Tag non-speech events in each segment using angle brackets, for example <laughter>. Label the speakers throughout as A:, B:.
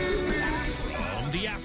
A: From the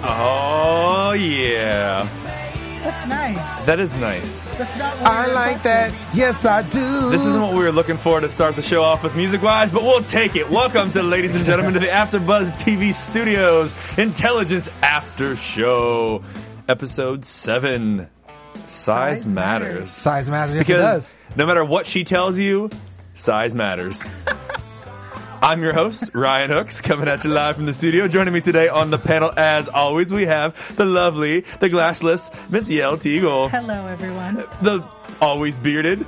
B: Oh yeah,
C: That's nice.
B: that is nice.
C: That's not. What
D: I
C: we were
D: like that.
C: requesting.
D: Yes, I do.
B: This isn't what we were looking for to start the show off with music-wise, but we'll take it. Welcome to, ladies and gentlemen, to the AfterBuzz TV Studios Intelligence After Show, Episode Seven. Size,
C: Size
B: matters.
C: matters.
D: size matters. Yes, it
B: because
D: does.
B: no matter what she tells you, size
C: <laughs>
B: matters. I'm your host, Ryan Hooks, coming at you live from the studio. Joining me today on the panel, as always, we have the lovely, the glassless Miss Yale Teagle.
C: Hello, everyone.
B: the always
D: <laughs>
B: bearded,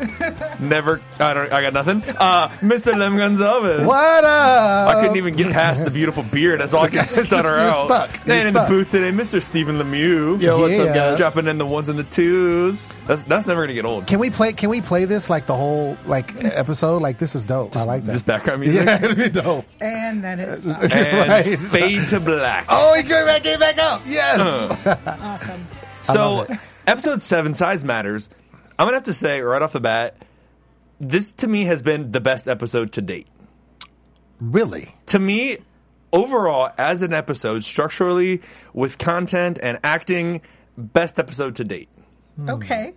B: never. I don't. I got nothing. Uh, Mr. Lem Gonzalez.
D: What up?
B: I couldn't even get past the beautiful beard. That's all I could
D: It's just-
B: stutter
D: <laughs> you're
B: out.
D: stuck.
B: Then
D: You're
B: in
D: stuck.
B: the booth today, Mr. Stephen Lemieux.
E: Yo, what's up,
D: Yeah.
E: guys?
B: Dropping in the ones and the twos. That's that's never gonna get old.
D: Can we play? Can we play this like the whole like episode? Like this is dope. I like that.
B: Just background music
D: <laughs> yeah, it'd be dope.
C: And then
D: <laughs>
C: it's not
B: and
D: Right.
B: fade to black.
D: Oh, he came back, came back up.
B: Uh.
D: Yes.
C: awesome.
B: So,
D: love it.
B: episode seven, size matters. I'm gonna have to say right off the bat, this to me has been the best episode to date.
D: really?
B: to me, overall, as an episode, structurally, with content and acting, best episode to date.
D: Hmm.
C: Okay.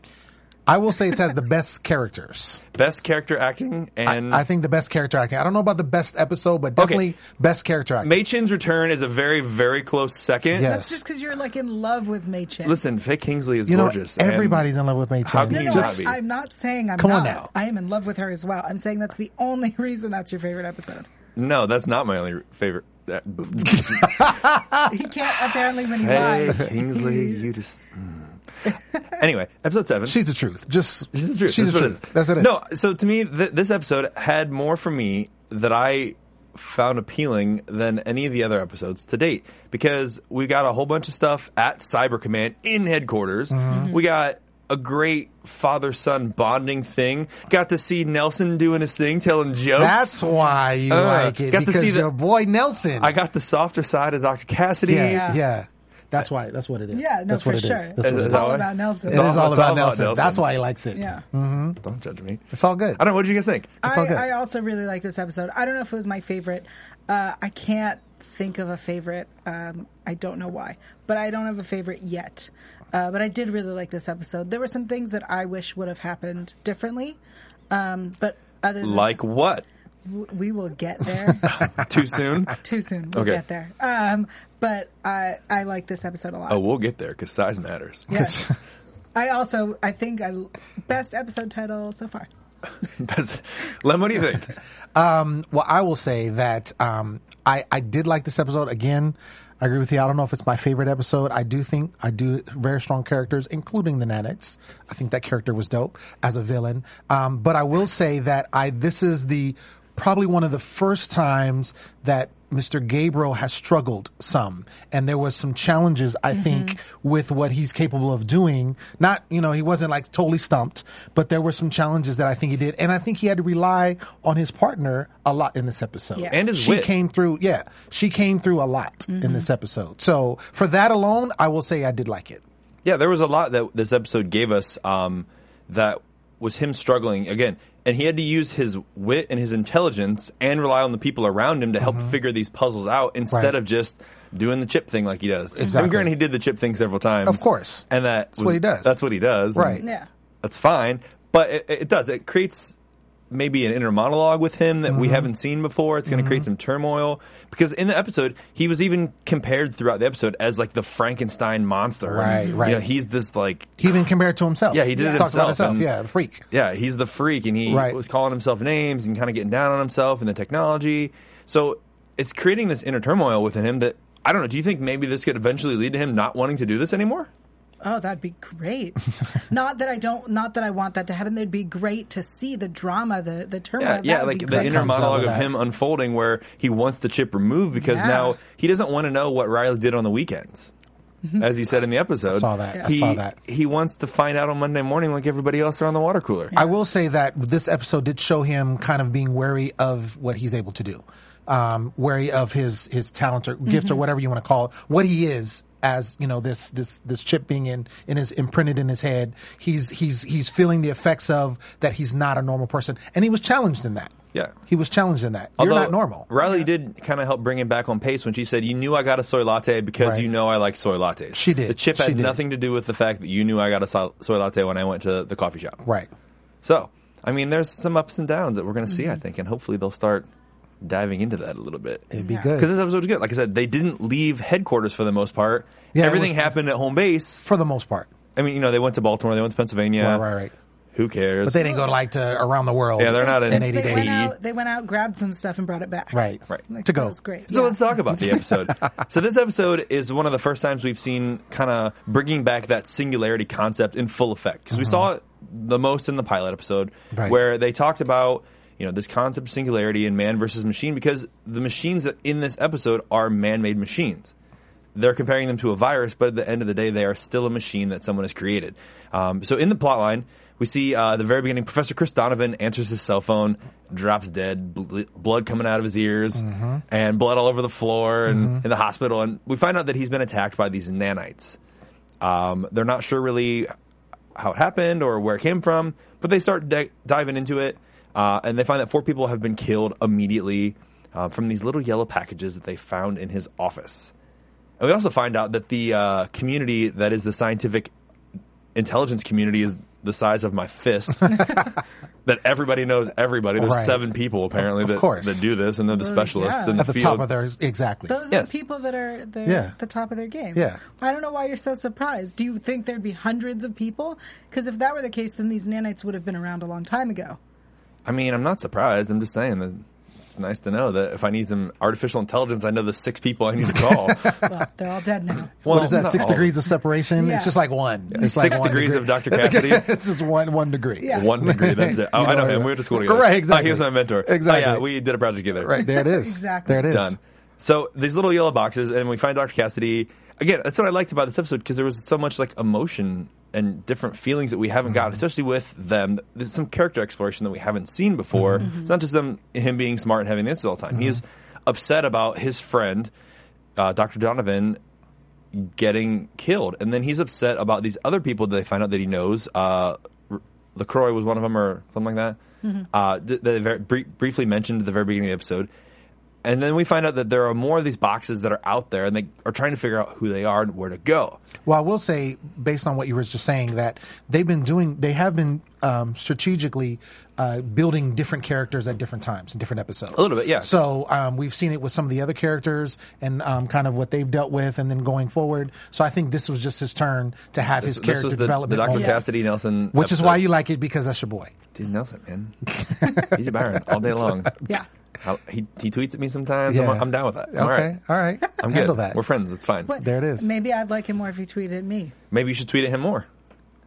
D: I will say it has the best characters.
B: Best character acting and.
D: I think the best character acting. I don't know about the best episode, but definitely best character acting.
B: Mei Chin's return is a very, very close second.
D: Yes.
C: That's just because you're like in love with Mei Chin.
B: Listen, Faye Kingsley is
D: you know,
B: gorgeous. and
D: everybody's in love with Mei
B: How
D: Chen.
B: can
C: No,
B: you
C: no,
B: not be?
C: I, am not saying I'm
D: Come
C: not.
D: on now.
C: I am in love with her as well. I'm saying that's the only <laughs> reason that's your favorite episode.
B: No, that's not my only favorite. that-
C: He can't apparently when he
B: Faye
C: lies.
B: Kingsley, you just. mm. <laughs> anyway, episode seven.
D: She's the truth. Just
B: This is true.
D: She's
B: This
D: the
B: is what
D: truth. That's what it is.
B: No, so to me, th- this episode had more for me that I found appealing than any of the other episodes to date because we got a whole bunch of stuff at Cyber Command in headquarters.
D: Mm-hmm.
B: We got a great father son bonding thing. Got to see Nelson doing his thing, telling jokes.
D: That's why you
B: Uh,
D: like it
B: got to
D: because
B: see the-
D: your boy Nelson.
B: I got the softer side of Dr. Cassidy.
D: yeah,
C: Yeah.
D: yeah, That's why. That's what it is.
C: Yeah, no,
D: that's
C: for
D: what it is.
C: sure.
D: That's
B: Is-
D: what it
B: is
D: is.
B: that
C: all
B: why?
C: about Nelson.
D: It is all
B: It's
D: about, Nelson. That's why he likes it.
C: Yeah.
B: Don't judge me.
D: It's all good.
B: I don't know. What do you guys think?
D: It's all
C: I,
D: good.
C: I also really like this episode. I don't know if it was my favorite. Uh, I can't think of a favorite. Um, I don't know why, but I don't have a favorite yet. Uh, but I did really like this episode. There were some things that I wish would have happened differently, um, but other than
B: Like what?
C: w- we will get there
B: Too
D: <laughs>
B: soon?
C: too soon. We'll
B: Okay.
C: get there. Um, but I I like this episode a lot.
B: oh, we'll get there because size <laughs> matters.
C: Yes. I also I think I best episode title so far.
B: Lem, what do you think?
D: Well, I will say that um, I I did like this episode again. I agree with you. I don't know if it's my favorite episode. I do think I do very strong characters, including the Nanites. I think that character was dope as a villain. Um, but I will say that I this is the probably one of the first times that Mr. Gabriel has struggled some, and there was some challenges I think with what he's capable of doing. Not you know he wasn't like totally stumped, but there were some challenges that I think he did, and I think he had to rely on his partner a lot in this episode.
C: Yeah.
B: And his
D: she
B: wit.
D: came through. Yeah, she came through a lot in this episode. So for that alone, I will say I did like it.
B: Yeah, there was a lot that this episode gave us um, that was him struggling again, and he had to use his wit and his intelligence and rely on the people around him to help figure these puzzles out instead
D: Right.
B: of just doing the chip thing like he does. I'm
D: Exactly.
B: granted he did the chip thing several times,
D: Of course.
B: and that was-
D: what he does.
B: That's what he does, and
D: Right.
C: Yeah.
B: that's fine. But it, it does. It creates maybe an inner monologue with him that
D: Mm-hmm.
B: we haven't seen before. It's going to create some turmoil because in the episode he was even compared throughout the episode as like the Frankenstein monster.
D: Right,
B: You
D: right.
B: know, he's this like
D: He even compared to himself.
B: Yeah, he did it
D: Talked about
B: himself, and-
D: Yeah, the freak.
B: yeah, he's the freak, and he
D: Right.
B: was calling himself names and kind of getting down on himself and the technology. So it's creating this inner turmoil within him that I don't know. Do you think maybe this could eventually lead to him not wanting to do this anymore?
C: Oh, that'd be
B: <laughs>
C: great. not that I don't, not that I want that to happen. It'd be great to see the drama, the the turmoil.
B: Yeah,
C: That
B: yeah,
C: would
B: like
C: be
B: the
C: great.
B: inner
D: Comes out of
B: monologue of
D: that.
B: him unfolding where he wants the chip removed because
C: Yeah.
B: now he doesn't want to know what Riley did on the weekends. As he said in the episode,
D: saw that. Mm-hmm. I
B: He,
D: saw that.
B: He wants to find out on Monday morning like everybody else around the water cooler.
D: I will say that this episode did show him kind of being wary of what he's able to do, um, wary of his his talent or gifts
B: Mm-hmm.
D: or whatever you want to call it, what he is as you know this this this chip being in in his imprinted in his head. He's he's he's feeling the effects of that he's not a normal person, and he was challenged in that.
B: Yeah.
D: he was challenged in that. You're
B: Although
D: not normal.
B: Riley did kind of help bring him back on pace when she said, "You knew I got a soy latte because
D: Right.
B: you know I like soy lattes."
D: She did.
B: The chip
D: She
B: had
D: did.
B: nothing to do with the fact that you knew I got a so- soy latte when I went to the coffee shop.
D: Right.
B: So, I mean, there's some ups and downs that we're going to
D: Mm-hmm.
B: see, I think, and hopefully they'll start diving into that a little bit.
D: It'd be
C: Yeah.
D: good
B: Because this episode was good. Like I said, they didn't leave headquarters for the most part.
D: Yeah, it
B: Everything
D: was-
B: happened at home base.
D: for the most part.
B: I mean, you know, they went to Baltimore, they went to Pennsylvania.
D: Right, right, right.
B: Who cares?
D: But they didn't go like to around the world.
B: Yeah, they're not in-
D: in eighty
C: They
D: days.
C: went out. They went out, grabbed some stuff, and brought it back.
D: Right.
B: Right.
C: Like,
D: To go.
C: That's great.
B: So uh,
C: Yeah.
B: let's talk about the
D: <laughs>
B: episode. so this episode is one of the first times we've seen kind of bringing back that singularity concept in full effect because we saw it the most in the pilot episode
D: Uh-huh. Right.
B: where they talked about you know this concept of singularity and man versus machine because the machines that in this episode are man-made machines. They're comparing them to a virus, but at the end of the day, they are still a machine that someone has created. Um, so in the plot line, we see uh, at the very beginning, Professor Chris Donovan answers his cell phone, drops dead, bl- blood coming out of his ears, and blood all over the floor and in the hospital. And we find out that he's been attacked by these nanites. Um, they're not sure really how it happened or where it came from, but they start di- diving into it, uh, and they find that four people have been killed immediately uh, from these little yellow packages that they found in his office. And we also find out that the uh, community that is the scientific intelligence community is the size of my
D: <laughs>
B: fist. that everybody knows everybody. There's
D: Right.
B: seven people apparently
D: Of
B: that,
D: course.
B: that do this, and they're the specialists
C: yeah.
B: in the,
D: at the
B: field.
D: top of theirs. Exactly.
C: Those are
B: Yes.
C: the people that are the,
D: Yeah.
C: the top of their game.
D: Yeah.
C: I don't know why you're so surprised. Do you think there'd be hundreds of people? Because if that were the case, then these nanites would have been around a long
B: <laughs>
C: time ago.
B: I mean, I'm not surprised. I'm just saying that it's nice to know that if I need some artificial intelligence, I know the six people I need to
D: <laughs>
B: call.
C: Well, they're all dead now.
D: what is that? Six degrees of separation.
C: Yeah.
D: It's just like one. It's
B: Six
D: like one
B: degrees
D: degree.
B: of Dr. Cassidy.
D: <laughs> it's just one one degree.
C: Yeah.
B: One degree,
D: <laughs>
B: that's it. Oh,
D: You
B: I know
D: know,
B: him.
D: right.
B: We went to school together.
D: Right,
B: Ah, he
D: exactly.
B: was my mentor. Ah, yeah,
D: Exactly.
B: we did a project together.
D: Right there it is.
C: Exactly.
D: There it is.
B: Done. So these little yellow boxes, and we find Dr. Cassidy. Again, that's what I liked about this episode because there was so much like emotion and different feelings that we haven't got, especially with them. There's some character exploration that we haven't seen before. It's not just them him being smart and having the answers all the time. He is upset about his friend, uh, Dr. Donovan, getting killed, and then he's upset about these other people that they find out that he knows. Uh, R- Lacroix was one of them, or something like that. Uh, th- that they very, brie- briefly mentioned at the very beginning of the episode. And then we find out that there are more of these boxes that are out there, and they are trying to figure out who they are and where to go.
D: Well, I will say, based on what you were just saying, that they've been doing, they have been um, strategically uh, building different characters at different times in different episodes.
B: A little bit, yeah.
D: So um, we've seen it with some of the other characters and um, kind of what they've dealt with, and then going forward. So I think this was just his turn to have his
B: this
D: character
B: was the, the
D: development,
B: Dr.
D: moment,
B: Cassidy Nelson,
D: which is
B: episode.
D: why you like it because that's your boy.
B: dude Nelson, man,
D: <laughs>
B: DJ Byron all day long.
C: Yeah.
B: How- he he tweets at me sometimes. I'm,
D: Yeah.
B: I'm down with that. I'm all
D: okay,
B: right.
D: all right.
B: I'm
D: Handle
B: good.
D: that.
B: We're friends. It's fine.
C: What-
D: There it is.
C: Maybe I'd like him more if he tweeted at me.
B: Maybe you should tweet at him more.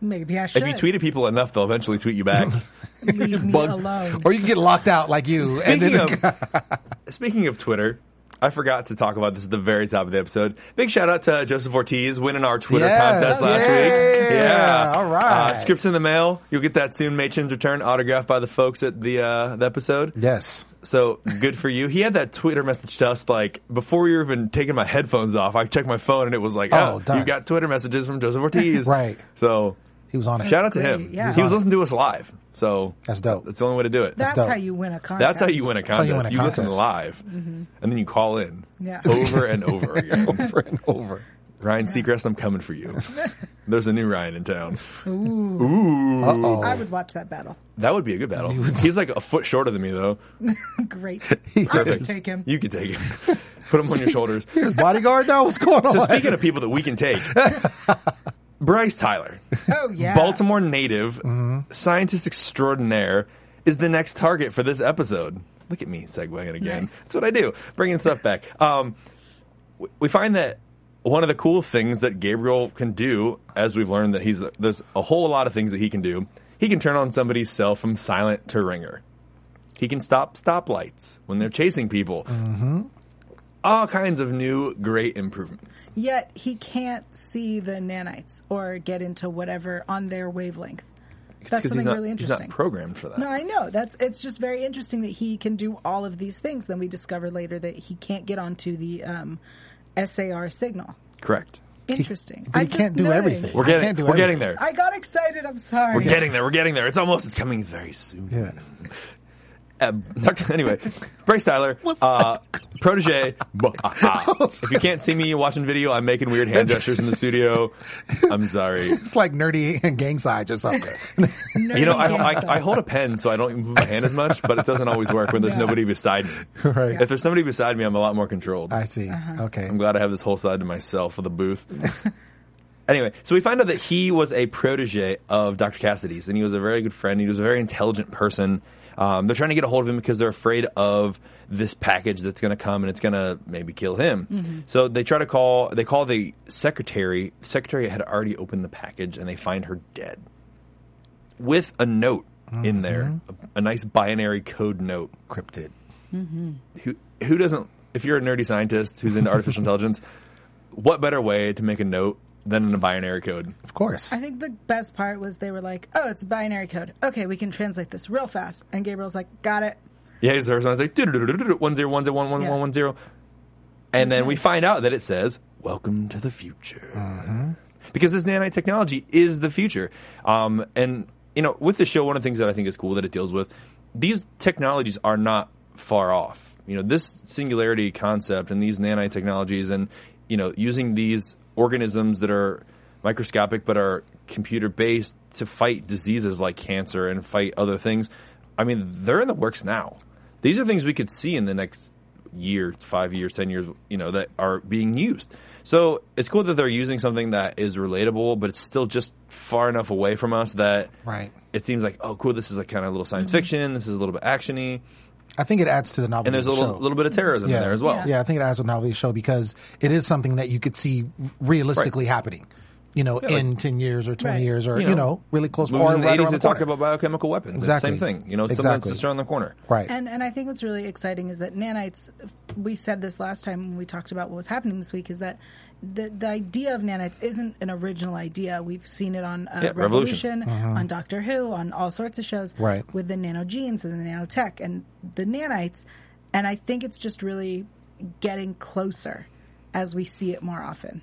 C: Maybe I should.
B: If you tweet at people enough, they'll eventually tweet you back.
D: <laughs>
C: leave me
D: Bug-
C: alone.
D: or you can get locked out like you. and
B: Speaking
D: then,
B: of,
D: <laughs>
B: speaking of Twitter, I forgot to talk about this at the very top of the episode. Big shout out to Joseph Ortiz winning our Twitter
D: Yes.
B: contest last week.
D: Yeah.
B: Yeah,
D: All right.
B: Uh, scripts in the mail. You'll get that soon. Machin's return autographed by the folks at the uh, the episode.
D: yes.
B: So good for you. He had that Twitter message to us like before we were even taking my headphones off. I checked my phone and it was like,
D: Oh,
B: oh,
D: done.
B: you got Twitter messages from Joseph Ortiz.
D: <laughs> Right.
B: So
D: He was on it.
B: shout out to
C: great.
B: him.
C: Yeah.
B: He was listening to us live. So
D: That's dope.
B: That's the only way to do it.
C: That's
D: dope.
C: how you win a contest.
B: That's how you win a
D: how
B: contest.
D: you
B: You,
D: win a
B: listen
D: contest.
B: live, and then you call in
C: Yeah.
B: over and over again.
D: over and over.
B: Ryan Seacrest, I'm coming for you. There's a new Ryan in town.
D: Uh oh.
C: I would watch that battle. <laughs>
B: That would be a good battle. He's like a foot shorter than me, though. <laughs>
C: Great. I would
B: Perfect.
C: take him.
B: You could take him. Put him on your shoulders.
D: Here's <laughs> bodyguard now. What's going on?
B: So speaking of people that we can take, Bryce Tyler,
C: oh yeah.
B: Baltimore native, scientist extraordinaire, is the next target for this episode. Look at me segueing again.
C: Nice.
B: That's what I do, bringing stuff back. Um, w- we find that one of the cool things that Gabriel can do, as we've learned that he's there's a whole lot of things that he can do. He can turn on somebody's cell from silent to ringer. He can stop stoplights when they're chasing people. Mm-hmm. All kinds of new great improvements.
C: Yet he can't see the nanites or get into whatever on their wavelength.
B: Because
C: That's something
B: he's not,
C: really
B: he's not
C: interesting.
B: programmed for that.
C: no, I know. That's it's just very interesting that he can do all of these things. Then we discover later that he can't get onto the um, SAR signal.
B: Correct.
C: Interesting.
D: But he
C: I'm just
D: can't do
C: noting.
D: everything.
B: We're
D: I
B: getting
D: can't do
B: we're getting
D: everything.
B: there.
C: I got excited. I'm sorry.
B: We're getting there. We're getting there. It's almost. It's coming very soon.
D: Yeah.
B: Uh, <laughs> anyway, Bryce Tyler, uh, protege. Bah, ah, ah. if you can't see me watching video, I'm making weird hand gestures in the studio. I'm sorry.
D: It's like nerdy <laughs> and gang sides or something.
B: <laughs>
C: Nerdy
B: You know, I,
C: gang
B: I, I
C: signs.
B: hold a pen so I don't move my hand as much, but it doesn't always work when there's
C: Yeah.
B: nobody beside me.
D: Right.
B: If there's somebody beside me, I'm a lot more controlled.
D: I see. Okay.
B: Uh-huh. I'm glad I have this whole side to myself of the booth. <laughs> anyway, so we find out that he was a protege of Dr. Cassidy's, and he was a very good friend. He was a very intelligent person. Um, they're trying to get a hold of him because they're afraid of this package that's going to come and it's going to maybe kill him.
D: Mm-hmm.
B: So they try to call. They call the secretary. The secretary had already opened the package, and they find her dead with a note in there, a, a nice binary code note
D: Mm-hmm. Cryptid.
B: who who doesn't if you're a nerdy scientist who's into artificial intelligence what better way to make a note than in a binary code
D: Of course.
C: I think the best part was they were like, "Oh, it's binary code. Okay, we can translate this real fast." And Gabriel's like, "Got it."
B: yeah he's the first one it's like "Do-do-do-do-do-do, one zero one zero one one one one zero and then we find out that it says welcome to the future because this nanite technology is the future um, and you know with the show one of the things that i think is cool that it deals with these technologies are not far off you know this singularity concept and these nanite technologies and you know using these organisms that are microscopic but are computer based to fight diseases like cancer and fight other things i mean they're in the works now these are things we could see in the next year, five years, ten years, you know, that are being used. So it's cool that they're using something that is relatable, but it's still just far enough away from us that
D: Right. Mm-hmm.
B: it seems like, oh, cool, this is like kind of a little science fiction. This is a little bit actiony,
D: I think it adds to the novelty.
B: and there's a
D: of the
B: little
D: show.
B: little bit of terrorism in there as well.
D: Yeah. I think it adds to the novelty of the show because it is something that you could see realistically happening. You know,
B: Yeah, like-
D: in ten years or twenty
C: Right.
D: years or you know, really close.
B: Movies
D: or
B: in the
D: right around
B: 80s that talked
D: corner.
B: about biochemical weapons. It's the
D: Exactly.
B: same thing. You know, it's something that's
D: Exactly.
B: just around the corner.
D: right.
C: And and I think what's really exciting is that nanites. We said this last time when we talked about what was happening this week. Is that the the idea of nanites isn't an original idea. We've seen it on uh,
B: Yeah, Revolution. Mm-hmm.
C: Revolution, on Doctor Who, on all sorts of shows.
D: Right.
C: With the nanogenes and the nanotech and the nanites, and I think it's just really getting closer as we see it more often.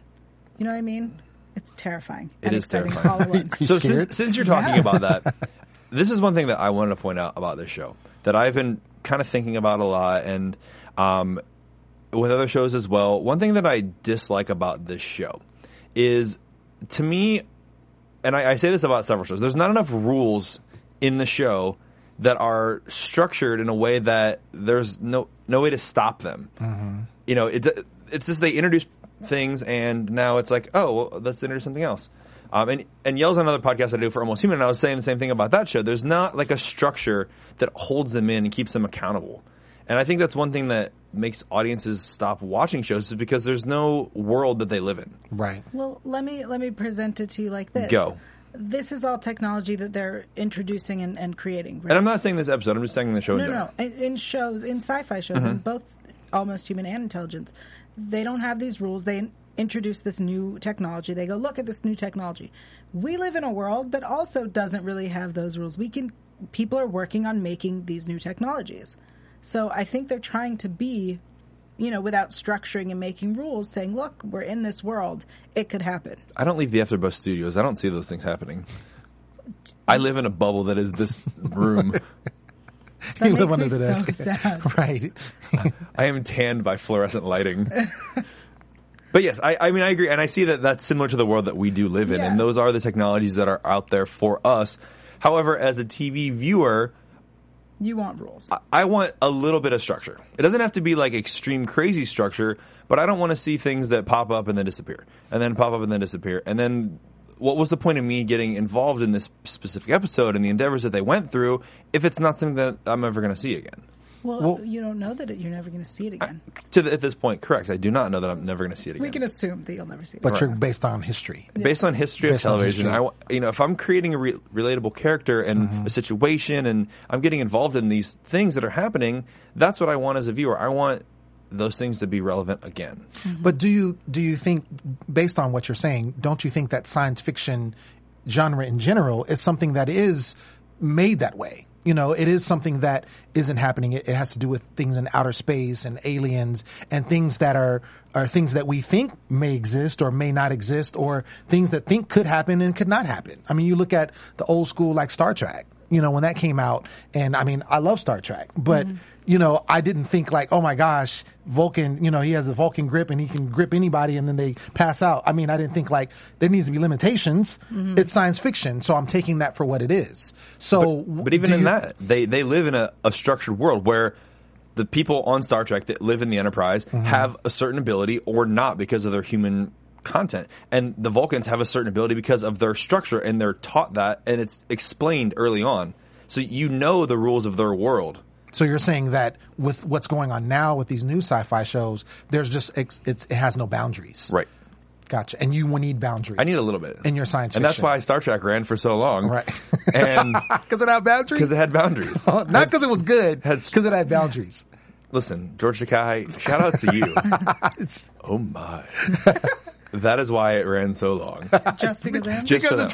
C: You know what I mean? It's terrifying.
B: It
C: and
B: is
C: exciting
B: terrifying.
C: All at
B: <laughs>
C: once.
D: You
B: so
D: scared?
B: since, since you're talking about
D: <laughs>
B: that, this is one thing that I wanted to point out about this show that I've been kind of thinking about a lot, and um, with other shows as well. One thing that I dislike about this show is, to me, and I, I say this about several shows. There's not enough rules in the show that are structured in a way that there's no no way to stop them. You know, it, it's just they introduce things, and now it's like, oh, well, let's introduce something else. Um, and and Yell's another podcast I do for Almost Human, and I was saying the same thing about that show. There's not like a structure that holds them in and keeps them accountable. And I think that's one thing that makes audiences stop watching shows is because there's no world that they live in.
D: right.
C: Well, let me let me present it to you like this.
B: Go.
C: This is all technology that they're introducing and, and creating. Right?
B: And I'm not saying this episode. I'm just saying the show. in
C: no, no,
B: general.
C: no. In, in shows, in sci-fi shows,
B: Uh-huh.
C: in both almost human and intelligence, they don't have these rules. They introduce this new technology. They go, look at this new technology. We live in a world that also doesn't really have those rules. We can. People are working on making these new technologies. So I think they're trying to be, you know, without structuring and making rules, saying, look, we're in this world. It could happen.
B: I don't leave the AfterBuzz studios. I don't see those things happening. I live in a bubble that is this
C: <laughs>
B: room.
C: That
D: You <laughs> live
C: makes
D: under
C: me
D: the
C: so
D: desk.
C: sad.
B: <laughs>
D: <laughs> Right.
B: I am tanned by fluorescent lighting. But yes, I, I mean I agree, and I see that that's similar to the world that we do live in,
C: Yeah.
B: and those are the technologies that are out there for us. However, as a TV viewer,
C: You want rules.
B: I want a little bit of structure. It doesn't have to be like extreme crazy structure, but I don't want to see things that pop up and then disappear, and then pop up and then disappear, and then what was the point of me getting involved in this specific episode and the endeavors that they went through if it's not something that I'm ever going to see again?
C: Well,
D: Well-
C: you don't know that it, you're never going to see it again.
B: To the, at this point, correct. I do not know that I'm never going to see it again.
C: we can assume that you'll never see it.
D: but
C: again.
D: you're based on history.
B: based on history of
D: Based on
B: television,
D: history. Mm-hmm.
B: I wa- you know if I'm creating a re- relatable character and a situation, and I'm getting involved in these things that are happening, that's what I want as a viewer. I want those things to be relevant again.
D: But do you do you think, based on what you're saying, don't you think that science fiction genre in general is something that is made that way? You know, it is something that isn't happening. It, it has to do with things in outer space and aliens and things that are are things that we think may exist or may not exist or things that think could happen and could not happen. I mean, you look at the old school like Star Trek you know, when that came out. And I mean, I love Star Trek, but you know, I didn't think like, oh my gosh, Vulcan, you know, he has a Vulcan grip and he can grip anybody and then they pass out. I mean, I didn't think like there needs to be limitations. It's science fiction. So I'm taking that for what it is. So,
B: But even
D: do
B: in
D: you-
B: that, they they live in a, a structured world where the people on Star Trek that live in the Enterprise
D: Mm-hmm.
B: have a certain ability or not because of their human content, and the Vulcans have a certain ability because of their structure, and they're taught that, and it's explained early on. So you know the rules of their world.
D: So you're saying that with what's going on now with these new sci-fi shows, there's just, it's, it's, it has no boundaries. Gotcha. And you need boundaries.
B: I need a little bit
D: In your science
B: and that's
D: fiction.
B: why Star Trek ran for so long,
D: Right.
B: <laughs>
D: <laughs>
B: and
D: Because it
B: <laughs>
D: had boundaries?
B: because it had boundaries.
D: Oh, <laughs> not because it was good,
B: That's-
D: because it had boundaries.
B: Listen, George Takei, shout out to
D: <laughs>
B: you. oh my, that is why it ran so
D: <laughs>
B: long.
C: just because I am.
B: Just for them.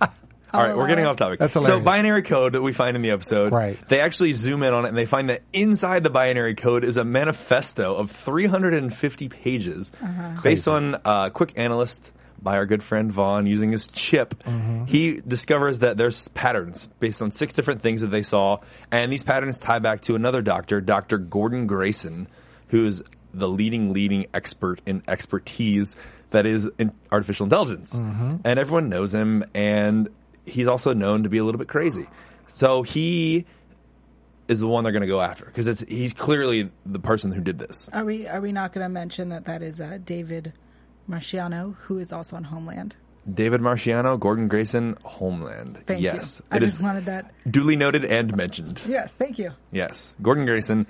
B: All right, we're getting off topic.
D: <laughs> That's
B: so
D: hilarious.
B: binary code that we find in the episode,
D: Right.
B: they actually zoom in on it and they find that inside the binary code is a manifesto of 350 pages based on uh, quick analyst by our good friend Vaughn using his chip. He discovers that there's patterns based on six different things that they saw and these patterns tie back to another doctor, Dr. Gordon Grayson, who is the leading leading expert in expertise that is in artificial intelligence. And everyone knows him and he's also known to be a little bit crazy. So he is the one they're going to go after because it's he's clearly the person who did this.
C: Are we are we not going to mention that that is uh, David Marciano, who is also on Homeland?
B: David Marciano, Gordon Grayson, Homeland.
C: Thank
B: yes,
C: you. I
B: it is
C: just wanted that.
B: duly noted and mentioned.
C: Yes, thank you.
B: Yes, Gordon Grayson.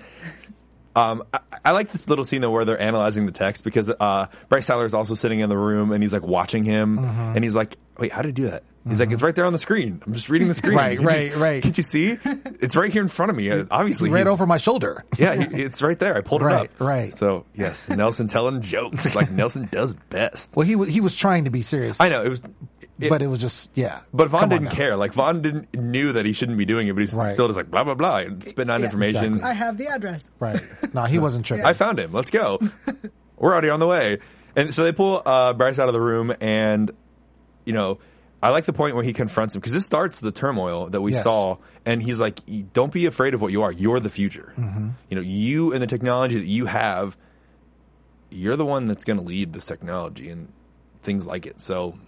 B: Um, I, I like this little scene though where they're analyzing the text because uh, Bryce Tyler is also sitting in the room and he's like watching him
C: Mm-hmm.
B: and he's like, "Wait, how did you do that?" He's like, "It's right there on the screen. I'm just
C: <laughs>
B: reading the screen.
D: Right,
B: Can't you- <laughs>
D: right, right.
B: Can't you see? It's right here in front of me. Uh, Obviously,
D: Right
B: he's-
D: over my shoulder.
B: Yeah, he- it's right there. I pulled it
D: Right,
B: up.
D: right.
B: So yes, Nelson telling <laughs> jokes like Nelson does best.
D: Well, he was he was trying to be serious,
B: I know it was, it-
D: but it was just yeah.
B: but Vaughn
D: Come on
B: didn't
D: now.
B: care. Like Vaughn didn't knew that he shouldn't be doing it, but he's
D: Right.
B: still just like blah blah blah and spitting out
C: Yeah,
B: information.
D: exactly.
C: I have the address.
D: Right?
B: <laughs>
D: No, he wasn't tripping.
B: I found him. Let's
D: <laughs>
B: go. We're already on the way. And so they pull uh, Bryce out of the room, and you know, I like the point where he confronts him because this starts the turmoil that we
D: Yes.
B: saw, and he's like, "You- "Don't be afraid of what you are. You're the future.
D: Mm-hmm.
B: You know, you and the technology that you have, you're the one that's going to lead this technology and things like it. So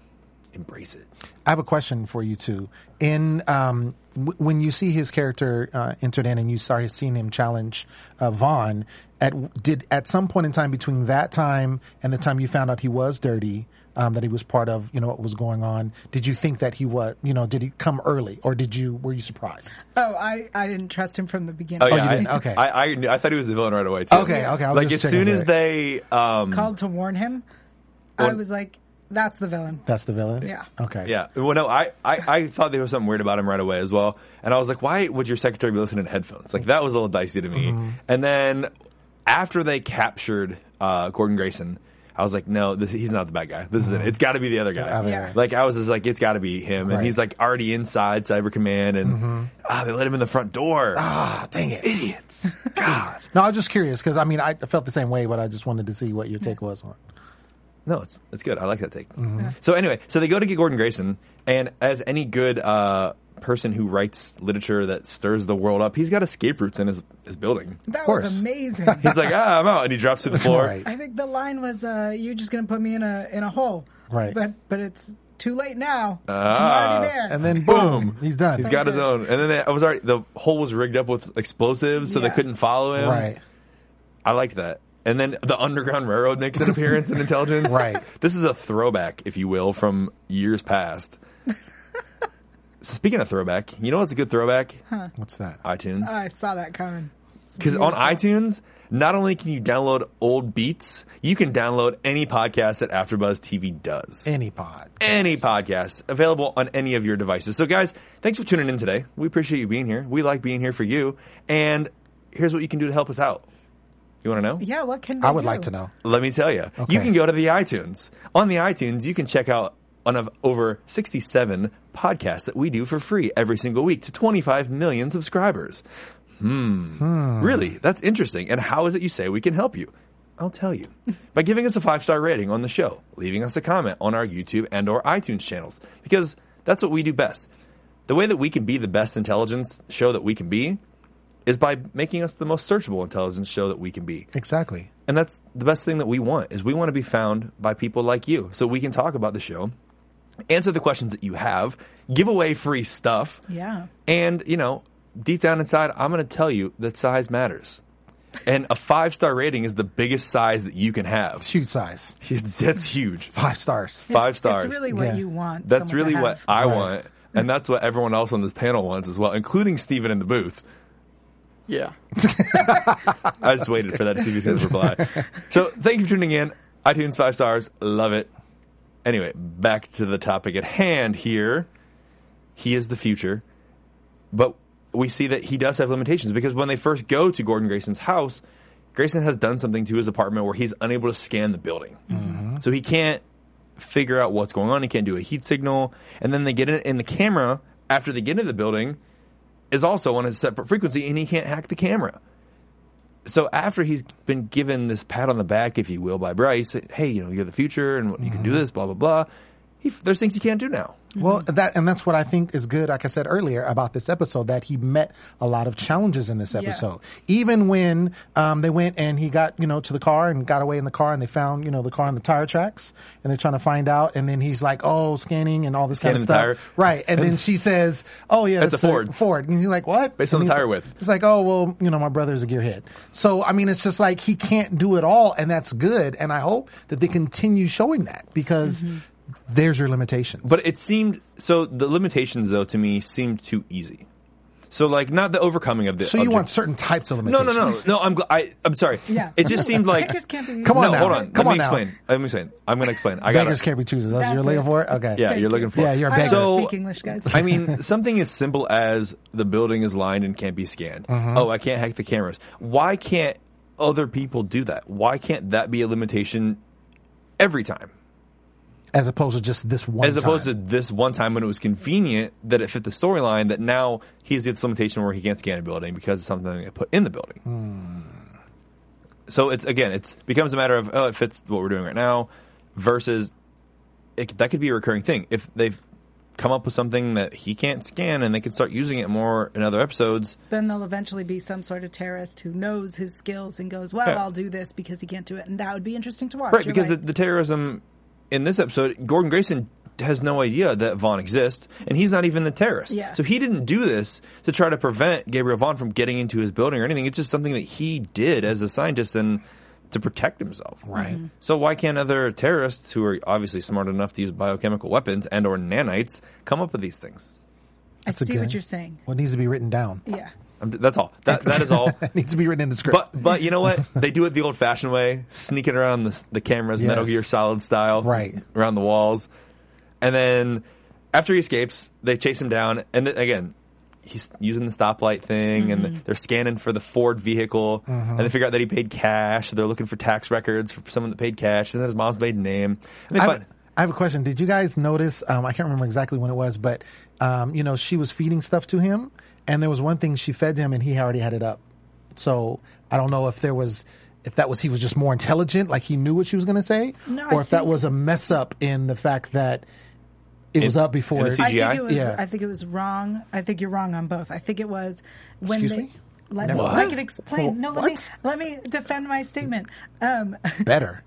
B: embrace it."
D: I have a question for you too. In um, w- when you see his character uh, entered in, and you started seeing him challenge uh, Vaughn, at did at some point in time between that time and the time you found out he was dirty, um, that he was part of, you know, what was going on? Did you think that he was, you know, did he come early, or did you were you surprised?
C: Oh, I, I didn't trust him from the beginning.
B: Oh, yeah,
D: you
B: I-
D: didn't? Okay.
B: I, I knew- I thought he was the villain right away. Too.
D: Okay, okay, I was
B: Like
D: just
B: as
D: checking
B: soon as
D: there.
B: they um,
C: Called to warn him. I was like, that's the villain.
D: That's the villain.
C: Yeah.
D: Okay.
B: Yeah. Well, no, I, I, I thought there was something weird about him right away as well. And I was like, why would your secretary be listening to headphones? Like, that was a little dicey to me.
D: Mm-hmm.
B: And then after they captured uh, Gordon Grayson, I was like, no, this, he's not the bad guy. This is it.
D: Mm-hmm.
B: It's got to be the other guy.
D: other
C: Yeah. guy.
B: Like, I was just like, it's got to be him. And
D: Right. Mm-hmm.
B: he's like already inside Cyber Command. And ah, they let him in the front door.
D: Ah, dang it.
B: Idiots. God.
D: No, I was just curious because I mean I felt the same way, but I just wanted to see what your take was on. it.
B: No, it's it's good. I like that take.
D: Mm-hmm.
B: So anyway, so they go to get Gordon Grayson, and as any good uh, person who writes literature that stirs the world up, he's got escape routes in his his building.
C: That
D: course.
C: was amazing.
B: He's like, ah, I'm out, and he drops
D: <laughs>
B: to the floor.
D: Right.
C: I think the line was, uh, "You're just going to put me in a in a hole."
D: Right.
C: But but it's too late now.
B: Ah.
C: I'm already there.
D: And then boom, he's done.
B: He's got his own, and then they, I was already the hole was rigged up with explosives, so
C: Yeah.
B: they couldn't follow him.
D: right.
B: I liked that. And then the Underground Railroad makes an appearance
D: <laughs>
B: in Intelligence.
D: Right.
B: This is a throwback, if you will, from years past. Speaking of throwback, you know what's a good throwback?
D: What's that?
C: Uh,
B: iTunes.
C: I saw that coming.
B: Because on iTunes, not only can you download old beats, you can download any podcast that AfterBuzz TV does.
D: Any pod.
B: Any podcast available on any of your devices. So, guys, thanks for tuning in today. We appreciate you being here. We like being here for you. And here's what you can do to help us out. You want to know?
C: Yeah, what can
D: I
C: they
D: would
C: do?
D: like to know.
B: Let me tell you.
D: Okay.
B: You can go to the iTunes. On the iTunes, you can check out one of over 67 podcasts that we do for free every single week to 25 million subscribers. Hmm. Really? That's interesting. And how is it you say we can help you? I'll tell you. By giving us a five-star rating on the show, leaving us a comment on our YouTube and or iTunes channels because that's what we do best. The way that we can be the best intelligence show that we can be is by making us the most searchable intelligence show that we can be.
D: Exactly.
B: And that's the best thing that we want is we want to be found by people like you so we can talk about the show, answer the questions that you have, give away free stuff.
C: Yeah.
B: And, you know, deep down inside, I'm going to tell you that size matters. And a five star rating is the biggest size that you can have. <laughs>
D: Huge size.
B: That's huge.
D: Five stars.
B: Five
C: It's-
B: stars.
C: It's really what
D: Yeah.
C: you want.
B: That's
C: someone to
B: really what
C: have.
B: I
D: Right.
B: want. And that's what everyone else on this panel wants as well, including Steven in the booth.
F: Yeah.
B: <laughs> I just waited for that to see if he's going to reply. So thank you for tuning in. iTunes five stars, love it. Anyway, back to the topic at hand here. He is the future, but we see that he does have limitations because when they first go to Gordon Grayson's house, Grayson has done something to his apartment where he's unable to scan the building,
C: Mm-hmm.
B: so he can't figure out what's going on. He can't do a heat signal, and then they get in, in the camera after they get into the building is also on a separate frequency, and he can't hack the camera so after he's been given this pat on the back, if you will, by Bryce, hey, you know, you're the future and you can
D: Mm-hmm.
B: do this, blah blah blah. He, there's things he can't do now.
D: Well, that and that's what I think is good. Like I said earlier about this episode, that he met a lot of challenges in this episode. Even when um, they went and he got you know to the car and got away in the car, and they found you know the car on the tire tracks, and they're trying to find out, and then he's like, oh, scanning and all this
B: Scanning the
D: kind of
B: tire.
D: stuff, right? And
B: <laughs>
D: then she says, oh yeah,
B: That's
D: that's,
B: a Ford.
D: Ford, and he's like, what?
B: Based on
D: And
B: the
D: he's
B: tire
D: like-
B: width.
D: It's like, oh well, you know, my brother's a gearhead. So I mean, it's just like he can't do it all, and that's good. And I hope that they continue showing that because there's your limitations.
B: But it seemed so. The limitations, though, to me, seemed too easy. So like not the overcoming of the.
D: So you
B: object-
D: want certain types of
B: No,
D: limitations?
B: no, no, no. I'm gl- I, I'm sorry.
C: Yeah.
B: It just
D: <laughs>
B: seemed like.
C: Beggars can't be.
D: Come on
B: no,
D: now.
B: hold on.
D: Come
B: Let me
D: on now.
B: explain. Let me explain. I'm gonna explain. I got
D: Beggars can't be choosers. That's what you're
C: That's
D: looking
C: it.
D: for. Okay.
B: Yeah,
C: Thank
B: you're looking
C: you.
B: for. it.
D: Yeah, you're a
C: I don't
D: beggar.
B: So-
C: speak English, guys.
B: I mean, something as simple as the building is lined and can't be scanned.
D: Mm-hmm.
B: Oh, I can't hack the cameras. Why can't other people do that? Why can't that be a limitation every time?
D: as opposed to just this one.
B: As opposed to
D: time.
B: this one time when it was convenient that it fit the storyline, that now he's got this limitation where he can't scan a building because it's something they put in the building.
D: Hmm.
B: So it's again, it's becomes a matter of oh, it fits what we're doing right now versus it, that could be a recurring thing if they've come up with something that he can't scan and they can start using it more in other episodes.
C: then there'll eventually be some sort of terrorist who knows his skills and goes, "Well,
B: Yeah.
C: I'll do this because he can't do it," and that would be interesting to watch.
B: Right,
C: You're
B: because
C: right.
B: The, the terrorism in this episode, Gordon Grayson has no idea that Vaughn exists, and he's not even the terrorist.
C: Yeah.
B: So he didn't do this to try to prevent Gabriel Vaughn from getting into his building or anything. It's just something that he did as a scientist and to protect himself.
D: Right. Mhm.
B: So why can't other terrorists who are obviously smart enough to use biochemical weapons and or nanites come up with these things?
C: I
D: That's a
C: see
D: good-
C: what you're saying.
D: What needs to be written down?
C: Yeah,
B: I'm, that's all. That, that is all.
D: <laughs> It needs to be written in the script.
B: But but you know what? They do it the old fashioned way, sneaking around the, the cameras, Metal
D: Yes.
B: Gear Solid style,
D: Right.
B: just around the walls, and then after he escapes, they chase him down, and th- again. He's using the stoplight thing,
D: Mm-hmm.
B: and they're scanning for the Ford vehicle, and they figure out that he paid cash. They're looking for tax records for someone that paid cash, and then his mom's maiden name. And they
D: I
B: find,
D: have, I have a question. Did you guys notice? Um, I can't remember exactly when it was, but um, you know, she was feeding stuff to him, and there was one thing she fed him, and he already had it up. So I don't know if there was. If that was he was just more intelligent, like he knew what she was going to say,
C: No, I
D: or if that
C: think-
D: was a mess up in the fact that it was up before.
B: in the
C: I
B: CGI?
C: think it was.
D: Yeah.
C: I think it was wrong. I think you're wrong on both. I think it was when
D: Excuse
C: they.
D: me?
C: Let,
D: Never
C: I
D: mind.
C: can explain. No, let me
D: What?
C: let me defend my statement. Um, <laughs>
D: better.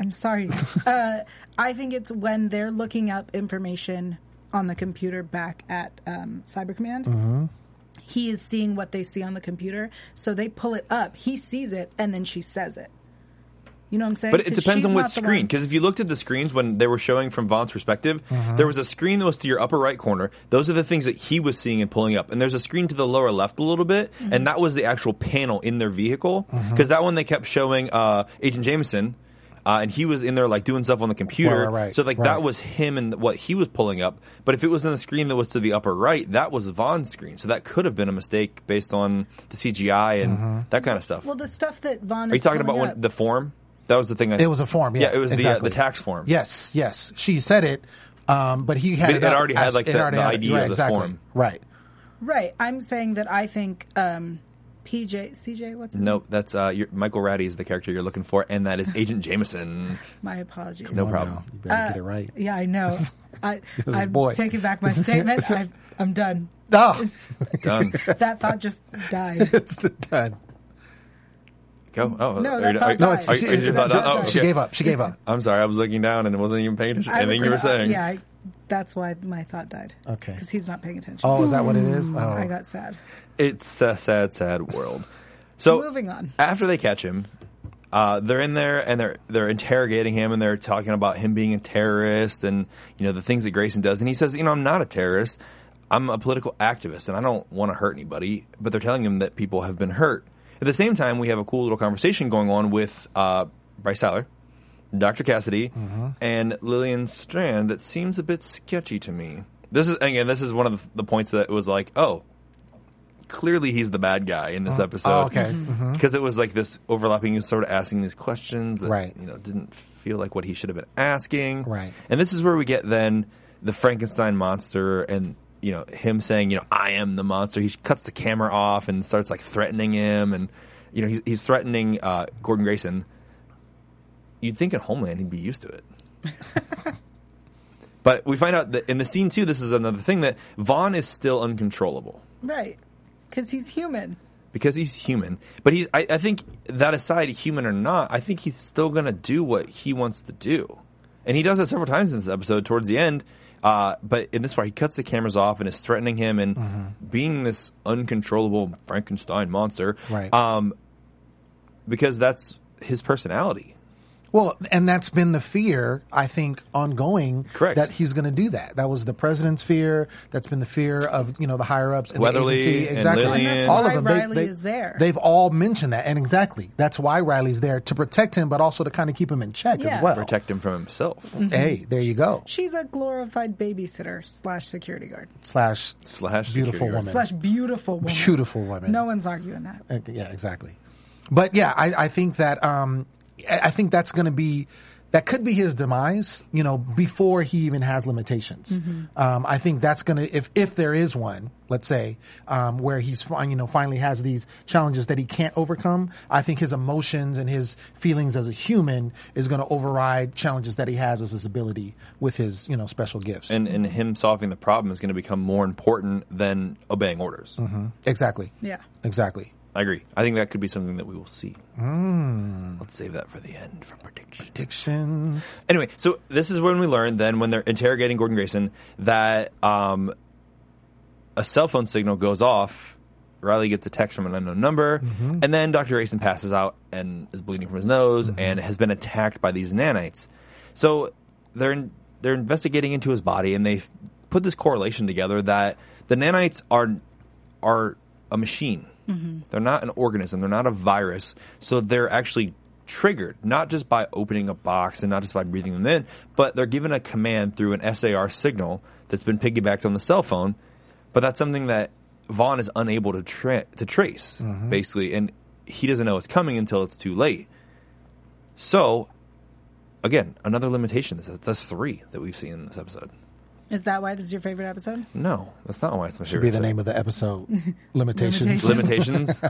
C: I'm sorry. uh, I think it's when they're looking up information on the computer back at um, Cyber Command.
D: Mm-hmm.
C: He is seeing what they see on the computer, so they pull it up. He sees it, and then she says it. You know what I'm saying?
B: But it
C: 'Cause
B: depends on
C: she's
B: what
C: not the
B: screen.
C: one-
B: Because if you looked at the screens when they were showing from Vaughn's perspective,
C: Uh-huh.
B: there was a screen that was to your upper right corner. Those are the things that he was seeing and pulling up. And there's a screen to the lower left a little bit,
C: Mm-hmm.
B: and that was the actual panel in their vehicle. Because
C: Uh-huh.
B: that one they kept showing uh, Agent Jameson. Uh, and he was in there like doing stuff on the computer,
D: Right, right, right,
B: so like
D: right.
B: that was him and what he was pulling up. But if it was in the screen that was to the upper right, that was Vaughn's screen, so that could have been a mistake based on the CGI and
C: Uh-huh.
B: that kind of stuff.
C: Well, the stuff that Vaughn
B: Are you
C: is
B: talking about
C: pulling
B: when
C: up-
B: the form? That was the thing. I,
D: It was a form. Yeah,
B: it was the
D: exactly.
B: uh, the tax form.
D: Yes, yes. She said it, um, but he had
B: But
D: it,
B: it
D: up
B: already had,
D: as-
B: like,
D: it
B: the-
D: already
B: the
D: had it.
B: idea
D: right,
B: of the
D: exactly.
B: form.
D: Right.
C: Right. I'm saying that I think um, PJ, CJ, what's his name?
B: Nope. That's uh, your, Michael Ratty is the character you're looking for, and that is Agent Jameson.
C: My apologies.
B: No
D: Wow,
B: problem.
D: Oh, You better
C: Uh,
D: get it right.
C: Yeah, I
D: <laughs>
C: know. I,
D: is
C: I'm
D: boy.
C: taking back my
D: <laughs>
C: statement. I, I'm done. <laughs>
D: Oh, <laughs>
B: Done.
C: That thought just died.
D: it's done.
B: Go. Oh,
C: No,
B: are
C: that
B: you-
C: thought
B: are-
D: No, it's
B: are-
C: I-
B: are
C: died.
D: she,
B: you just about-
C: that-
B: oh,
C: that-
D: she
B: okay.
D: gave up. She gave up.
B: I'm sorry. I was looking down and wasn't even paying attention to
C: I was
B: anything you were
C: gonna- uh,
B: saying.
C: Yeah, I, that's why my thought died.
D: Okay.
C: Because he's not paying attention.
D: Oh, is that what it is? Oh,
C: Mm, I got sad.
B: It's a sad, sad
C: <laughs>
B: world. So
C: Moving on.
B: After they catch him, uh, they're in there and they're they're interrogating him and they're talking about him being a terrorist and you know the things that Grayson does and he says, you know, I'm not a terrorist. I'm a political activist and I don't want to hurt anybody. But they're telling him that people have been hurt. At the same time, we have a cool little conversation going on with uh, Bryce Tyler. Dr. Cassidy
D: Mm-hmm.
B: and Lillian Strand that seems a bit sketchy to me. This is again, this is one of the points that was like, oh, clearly he's the bad guy in this episode.
D: oh, okay.
B: because it was like this overlapping, he was sort of asking these questions that
D: Right.
B: you know didn't feel like what he should have been asking.
D: Right.
B: and this is where we get then the Frankenstein monster and. You know him saying, you know, I am the monster. He cuts the camera off and starts like threatening him, and you know he's, he's threatening uh, Gordon Grayson, you'd think at Homeland he'd be used to it. but we find out that in the scene too, this is another thing that Vaughn is still uncontrollable
C: Right. Because he's human.
B: because he's human. But he, I, I think that aside, human or not, I think he's still going to do what he wants to do, and he does it several times in this episode towards the end. Uh, but in this part, he cuts the cameras off and is threatening him and being this uncontrollable Frankenstein monster,
D: Right.
B: Um, because that's his personality.
D: Well, and that's been the fear, I think, ongoing.
B: Correct.
D: That he's going to do that. That was the president's fear. That's been the fear of you know the higher ups, and
B: Weatherly
D: the agency.
B: and
D: exactly.
B: Lillian. And that's
D: all
C: why
D: of them. They-
C: Riley
D: they,
C: is there.
D: They've all mentioned that, and exactly that's why Riley's there to protect him, but also to kind of keep him in check
C: Yeah.
D: as well.
B: Protect him from himself.
C: Mm-hmm.
D: Hey, there you go.
C: She's a glorified babysitter slash security guard
D: Slash
B: Slash security
D: beautiful
B: guard.
D: woman.
C: slash beautiful woman.
D: Beautiful woman.
C: No one's arguing that.
D: Okay, Yeah, exactly. But yeah, I, I think that um, I I think that's going to be that could be his demise. You know, before he even has limitations.
C: Mm-hmm.
D: Um, I think that's going to if if there is one, let's say, um, where he's fin- you know finally has these challenges that he can't overcome. I think his emotions and his feelings as a human is going to override challenges that he has as his ability with his you know special gifts.
B: and and him solving the problem is going to become more important than obeying orders.
D: exactly.
C: Yeah.
D: Exactly.
B: I agree. I think that could be something that we will see. Let's save that for the end for prediction.
D: Dictions.
B: Anyway, so this is when we learn then when they're interrogating Gordon Grayson that um, a cell phone signal goes off. Riley gets a text from an unknown number, and then Dr. Grayson passes out and is bleeding from his nose and has been attacked by these nanites. So they're in, they're investigating into his body, and they put this correlation together that the nanites are are a machine. They're not an organism. They're not a virus. So they're actually triggered, not just by opening a box and not just by breathing them in, but they're given a command through an SAR signal that's been piggybacked on the cell phone. But that's something that Vaughn is unable to tra- to trace, basically, and he doesn't know it's coming until it's too late. So, again, another limitation. That's, that's three that we've seen in this episode.
C: Is that why this is your favorite episode?
B: No, that's not why it's my favorite.
D: Be the
B: episode.
D: name of the
C: <laughs>
D: episode. Limitations.
C: Limitations.
B: limitations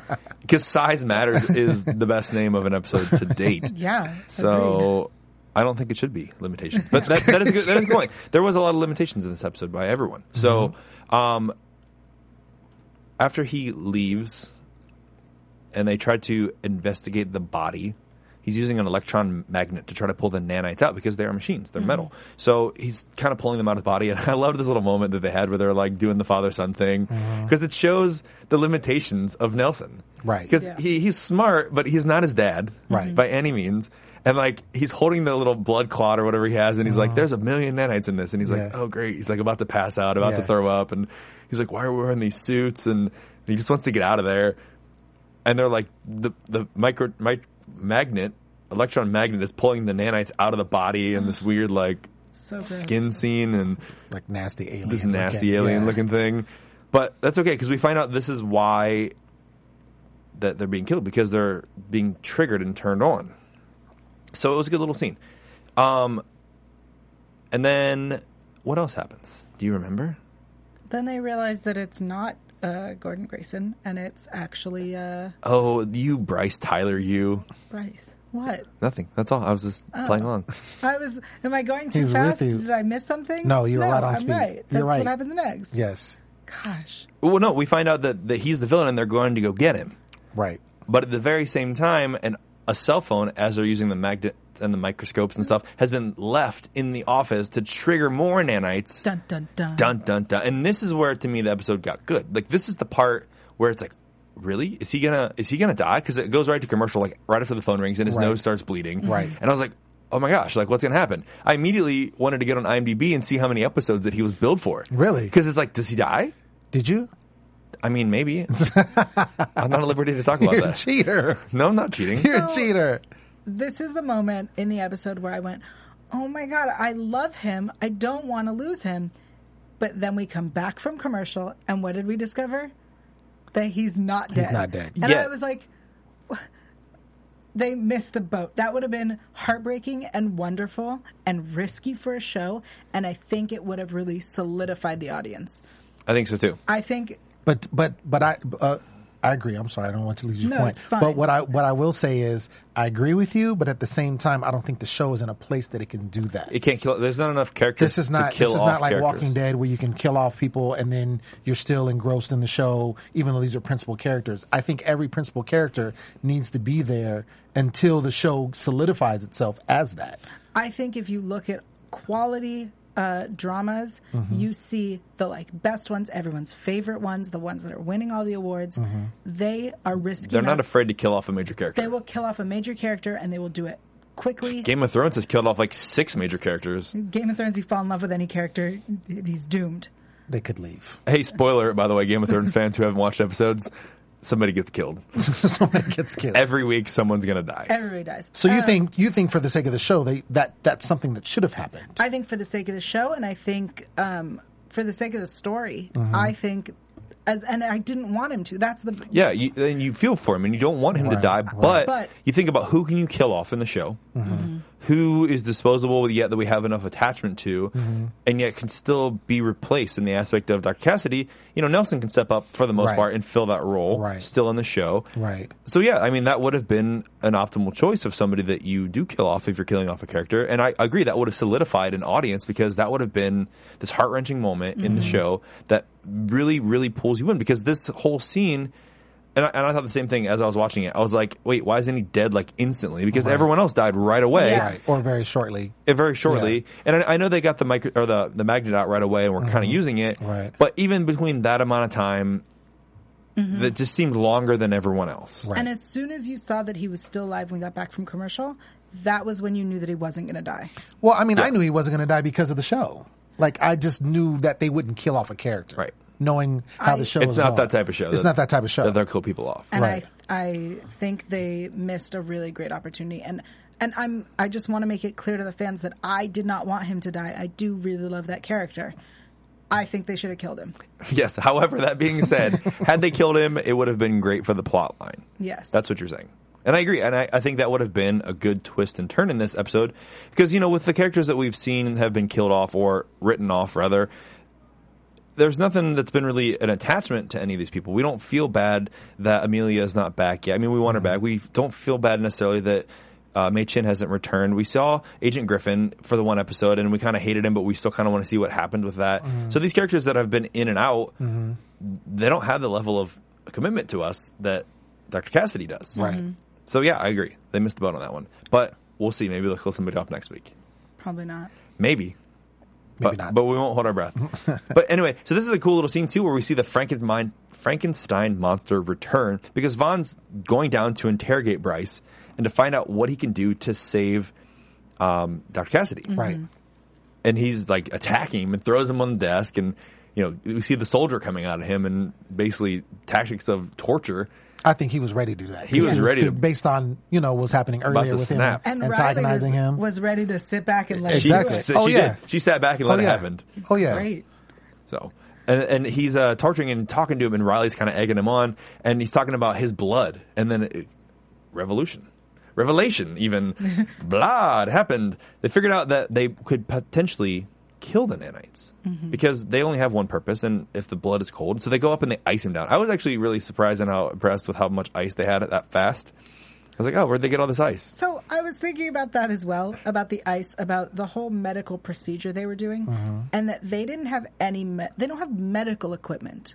B: because size matters is the best name of an episode to date
C: Yeah. agreed.
B: so i don't think it should be limitations but that, that is a good that is a good point there was a lot of limitations in this episode by everyone so um after he leaves and they try to investigate the body he's using an electron magnet to try to pull the nanites out because they're machines they're metal so he's kind of pulling them out of the body and <laughs> i love this little moment that they had where they're like doing the father-son thing because it shows the limitations of nelson
D: Right.
B: because
C: Yeah.
B: he, he's smart but he's not his dad
D: Right.
B: by any means And like he's holding the little blood clot or whatever he has, and he's like, "There's a million nanites in this," and he's like,
D: Oh. Yeah.
B: "Oh great!" He's like about to pass out, about to
D: Yeah.
B: throw up, and he's like, "Why are we wearing these suits?" And he just wants to get out of there. And they're like, the the micro mic, magnet, electron magnet is pulling the nanites out of the body in this weird like
C: Mm. So gross.
B: skin scene, and
D: like nasty alien.
B: this
D: looking-
B: nasty alien
D: yeah.
B: looking thing. But that's okay because we find out this is why that they're being killed because they're being triggered and turned on. So it was a good little scene. Um, and then what else happens? Do you remember?
C: Then they realize that it's not uh, Gordon Grayson and it's actually uh,
B: Oh, you Bryce Tyler, you
C: Bryce. What?
B: nothing. That's all. I was just playing along.
C: I was. Am I going too
D: He's with
C: fast?
D: you.
C: Did I miss something?
D: No, you were right on
C: I'm
D: speed.
C: Right. That's
D: You're
C: what
D: right.
C: happens next.
D: Yes,
C: Gosh.
B: Well, no, we find out that, that he's the villain and they're going to go get him.
D: right.
B: But at the very same time, an, a cell phone, as they're using the magnet and the microscopes and stuff, has been left in the office to trigger more nanites.
C: Dun dun dun.
B: Dun dun dun. And this is where, to me, the episode got good. Like this is the part where it's like, really, is he gonna is he gonna die? Because it goes right to commercial, like right after the phone rings and his
D: Right.
B: nose starts bleeding.
D: Right.
B: And I was like. Oh my gosh! Like, what's gonna happen? I immediately wanted to get on IMDb and see how many episodes that he was billed for.
D: Really?
B: Because it's like, does he die?
D: Did you?
B: I mean,
D: <laughs>
B: maybe. I'm not at liberty to talk about
D: You're a
B: that.
D: cheater.
B: No, I'm not cheating.
D: You're a cheater.
C: This is the moment in the episode where I went, "Oh my god, I love him. I don't want to lose him." But then we come back from commercial, and what did we discover? That he's not dead.
D: not dead.
C: And
B: Yeah.
C: I was like, they missed the boat. That would have been heartbreaking and wonderful and risky for a show. And I think it would have really solidified the audience.
B: I think so too.
C: I think
D: But but but I uh, I agree. I'm sorry. I don't want to lose your
C: No,
D: point.
C: it's fine.
D: But what I what I will say is I agree with you. But at the same time, I don't think the show is in a place that it can do that.
B: It can't kill. There's not enough characters.
D: this is not
B: To kill
D: this is
B: off
D: not like
B: characters.
D: Walking Dead where you can kill off people and then you're still engrossed in the show, even though these are principal characters. I think every principal character needs to be there until the show solidifies itself as that.
C: I think if you look at quality uh, dramas,
D: Mm-hmm.
C: you see the like best ones, everyone's favorite ones, the ones that are winning all the awards.
D: Mm-hmm.
C: They are risky.
B: They're not
C: enough.
B: afraid to kill off a major character.
C: They will kill off a major character, and they will do it quickly. Game,
B: Game of Thrones has killed off like six major characters.
C: of Thrones, you fall in love with any character, he's doomed.
D: They could leave. <laughs>
B: Hey, spoiler by the way, Game of Thrones fans who haven't watched episodes, somebody gets killed
D: Somebody gets killed.
B: every week. Someone's gonna die.
C: Everybody dies.
D: so you
C: Um,
D: think you think for the sake of the show they, that that's something that should have happened.
C: I think for the sake of the show, and I think um, for the sake of the story,
D: Mm-hmm.
C: I think as and I didn't want him to. That's the
B: yeah, you, and you feel for him, and you don't want him to
D: Right,
B: die.
D: right.
B: But,
C: But-
B: you think about who can you kill off in the show, Who is disposable yet that we have enough attachment to,
D: Mm-hmm.
B: and yet can still be replaced in the aspect of Dr. Cassidy. You know, Nelson can step up for the most
D: Right.
B: part and fill that role,
D: Right.
B: still in the show,
D: Right.
B: So yeah, I mean that would have been an optimal choice of somebody that you do kill off if you're killing off a character, and I agree that would have solidified an audience because that would have been this heart wrenching moment in the show that really, really pulls you in because this whole scene. And I, and I thought the same thing as I was watching it. I was like, "Wait, why isn't he dead like instantly?" Because everyone else died right away,
C: Yeah.
D: Right. Or very shortly.
B: uh, very shortly.
D: Yeah.
B: And I, I know they got the micro or the the magnet out right away, and we're kind of using it.
D: Right.
B: But even between that amount of time, that just seemed longer than everyone else.
D: Right.
C: And as soon as you saw that he was still alive when we got back from commercial, that was when you knew that he wasn't going to die.
D: Well, I mean, I knew he wasn't going to die because of the show. Like, I just knew that they wouldn't kill off a character,
B: Right.
D: Knowing how the show.
B: It's
D: is
B: not
D: going.
B: that type of show.
D: It's not that type of show.
B: That they'll kill people off.
C: And
D: Right.
C: I I think they missed a really great opportunity. And and I'm I just want to make it clear to the fans that I did not want him to die. I do really love that character. I think they should have killed him.
B: Yes. However, that being said,
D: <laughs>
B: had they killed him, it would have been great for the plot line.
C: Yes.
B: That's what you're saying. And I agree. And I, I think that would have been a good twist and turn in this episode. Because, you know, with the characters that we've seen and have been killed off or written off, rather, there's nothing that's been really an attachment to any of these people. We don't feel bad that Amelia is not back yet. I mean, we want her back. We don't feel bad necessarily that uh, Mei Chin hasn't returned. We saw Agent Griffin for the one episode, and we kind of hated him, but we still kind of want to see what happened with that. So these characters that have been in and out, they don't have the level of commitment to us that Dr. Cassidy does.
D: Right. Mhm.
B: So yeah, I agree. They missed the boat on that one, but we'll see. Maybe they'll kill somebody off next week.
C: Probably not.
B: Maybe.
D: Maybe
B: but,
D: not.
B: but we won't hold our breath.
D: <laughs>
B: but anyway, so this is a cool little scene too, where we see the Frankenstein Frankenstein monster return because Vaughn's going down to interrogate Bryce, and to find out what he can do to save um, Dr. Cassidy.
D: Mm-hmm. Right.
B: And he's like attacking him and throws him on the desk. And, you know, we see the soldier coming out of him and basically tactics of torture.
D: I think he was ready to do that.
B: He was ready to-
D: based on you know what was happening earlier
B: to
D: with
B: snap.
D: him
C: And Riley was,
D: antagonizing him.
C: was ready to sit back and let
B: She,
C: him do
D: Exactly.
C: it.
B: she
D: Oh, yeah.
B: did. She sat back and let
D: oh
B: it
D: yeah.
B: happen.
D: Oh yeah.
C: Great.
B: So, and, and he's uh, torturing and talking to him, and Riley's kind of egging him on, and he's talking about his blood, and then it, revolution, revelation,
C: <laughs>
B: even blah, it happened. They figured out that they could potentially kill the nanites
C: Mm-hmm.
B: because they only have one purpose, and if the blood is cold, so they go up and they ice him down. I was actually really surprised and how impressed with how much ice they had at that fast. I was like, oh, where'd they get all this ice?
C: So I was thinking about that as well, about the ice, about the whole medical procedure they were doing,
D: Mm-hmm.
C: and that they didn't have any, me- they don't have medical equipment.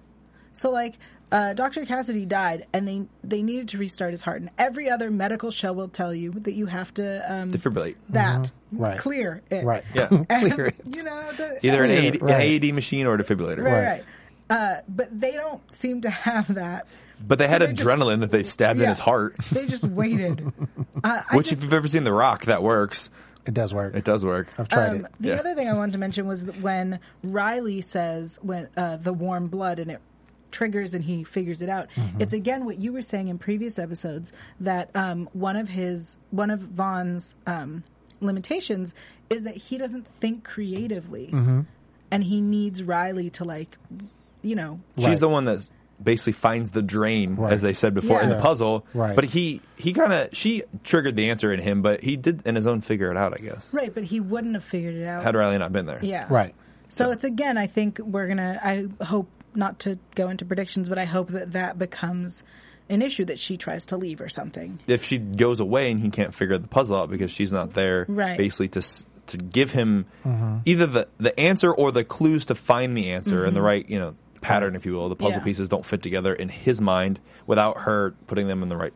C: So like, uh, Dr. Cassidy died, and they they needed to restart his heart. And every other medical show will tell you that you have to um,
B: Defibrillate.
C: that
D: Mm-hmm. Right.
C: clear it,
D: Right.
B: Yeah.
C: <laughs> And,
D: <laughs> Clear it.
C: You know, the,
B: Either an
C: right,
B: AED,
D: Right.
B: an AED machine or a defibrillator.
C: right. right. Uh, but they don't seem to have that.
B: But they
C: So
B: had
C: they just-
B: adrenaline that they stabbed in
C: Yeah.
B: his heart.
C: They
B: <laughs>
C: just waited. uh, I
B: Which,
C: just-
B: if you've ever seen The Rock, that works.
D: It does work.
B: It does work.
D: I've tried
C: Um,
D: it.
C: the
B: Yeah.
C: other thing I wanted to mention was that when Riley says when uh, the warm blood and it triggers and he figures it out.
B: Mm-hmm.
C: It's again what you were saying in previous episodes that um, one of his one of Vaughn's um, limitations is that he doesn't think creatively,
B: Mm-hmm.
C: and he needs Riley to like you know
B: She's
D: Right.
B: the one that basically finds the drain,
D: Right.
B: as they said before, in
C: Yeah.
B: the puzzle.
D: Right.
B: But he he kind of she triggered the answer in him, but he did in his own figure it out, I guess.
C: right, but he wouldn't have figured it out.
B: Had Riley not been there,
C: yeah,
D: Right.
C: So it's again, I think we're gonna. I hope not to go into predictions, but I hope that that becomes an issue that she tries to leave or something.
B: If she goes away and he can't figure the puzzle out because she's not there,
C: Right.
B: Basically to s- to give him
D: Mm-hmm.
B: either the the answer or the clues to find the answer and the right you know pattern, if you will. The puzzle
C: Mm-hmm. Yeah.
B: pieces don't fit together in his mind without her putting them in the right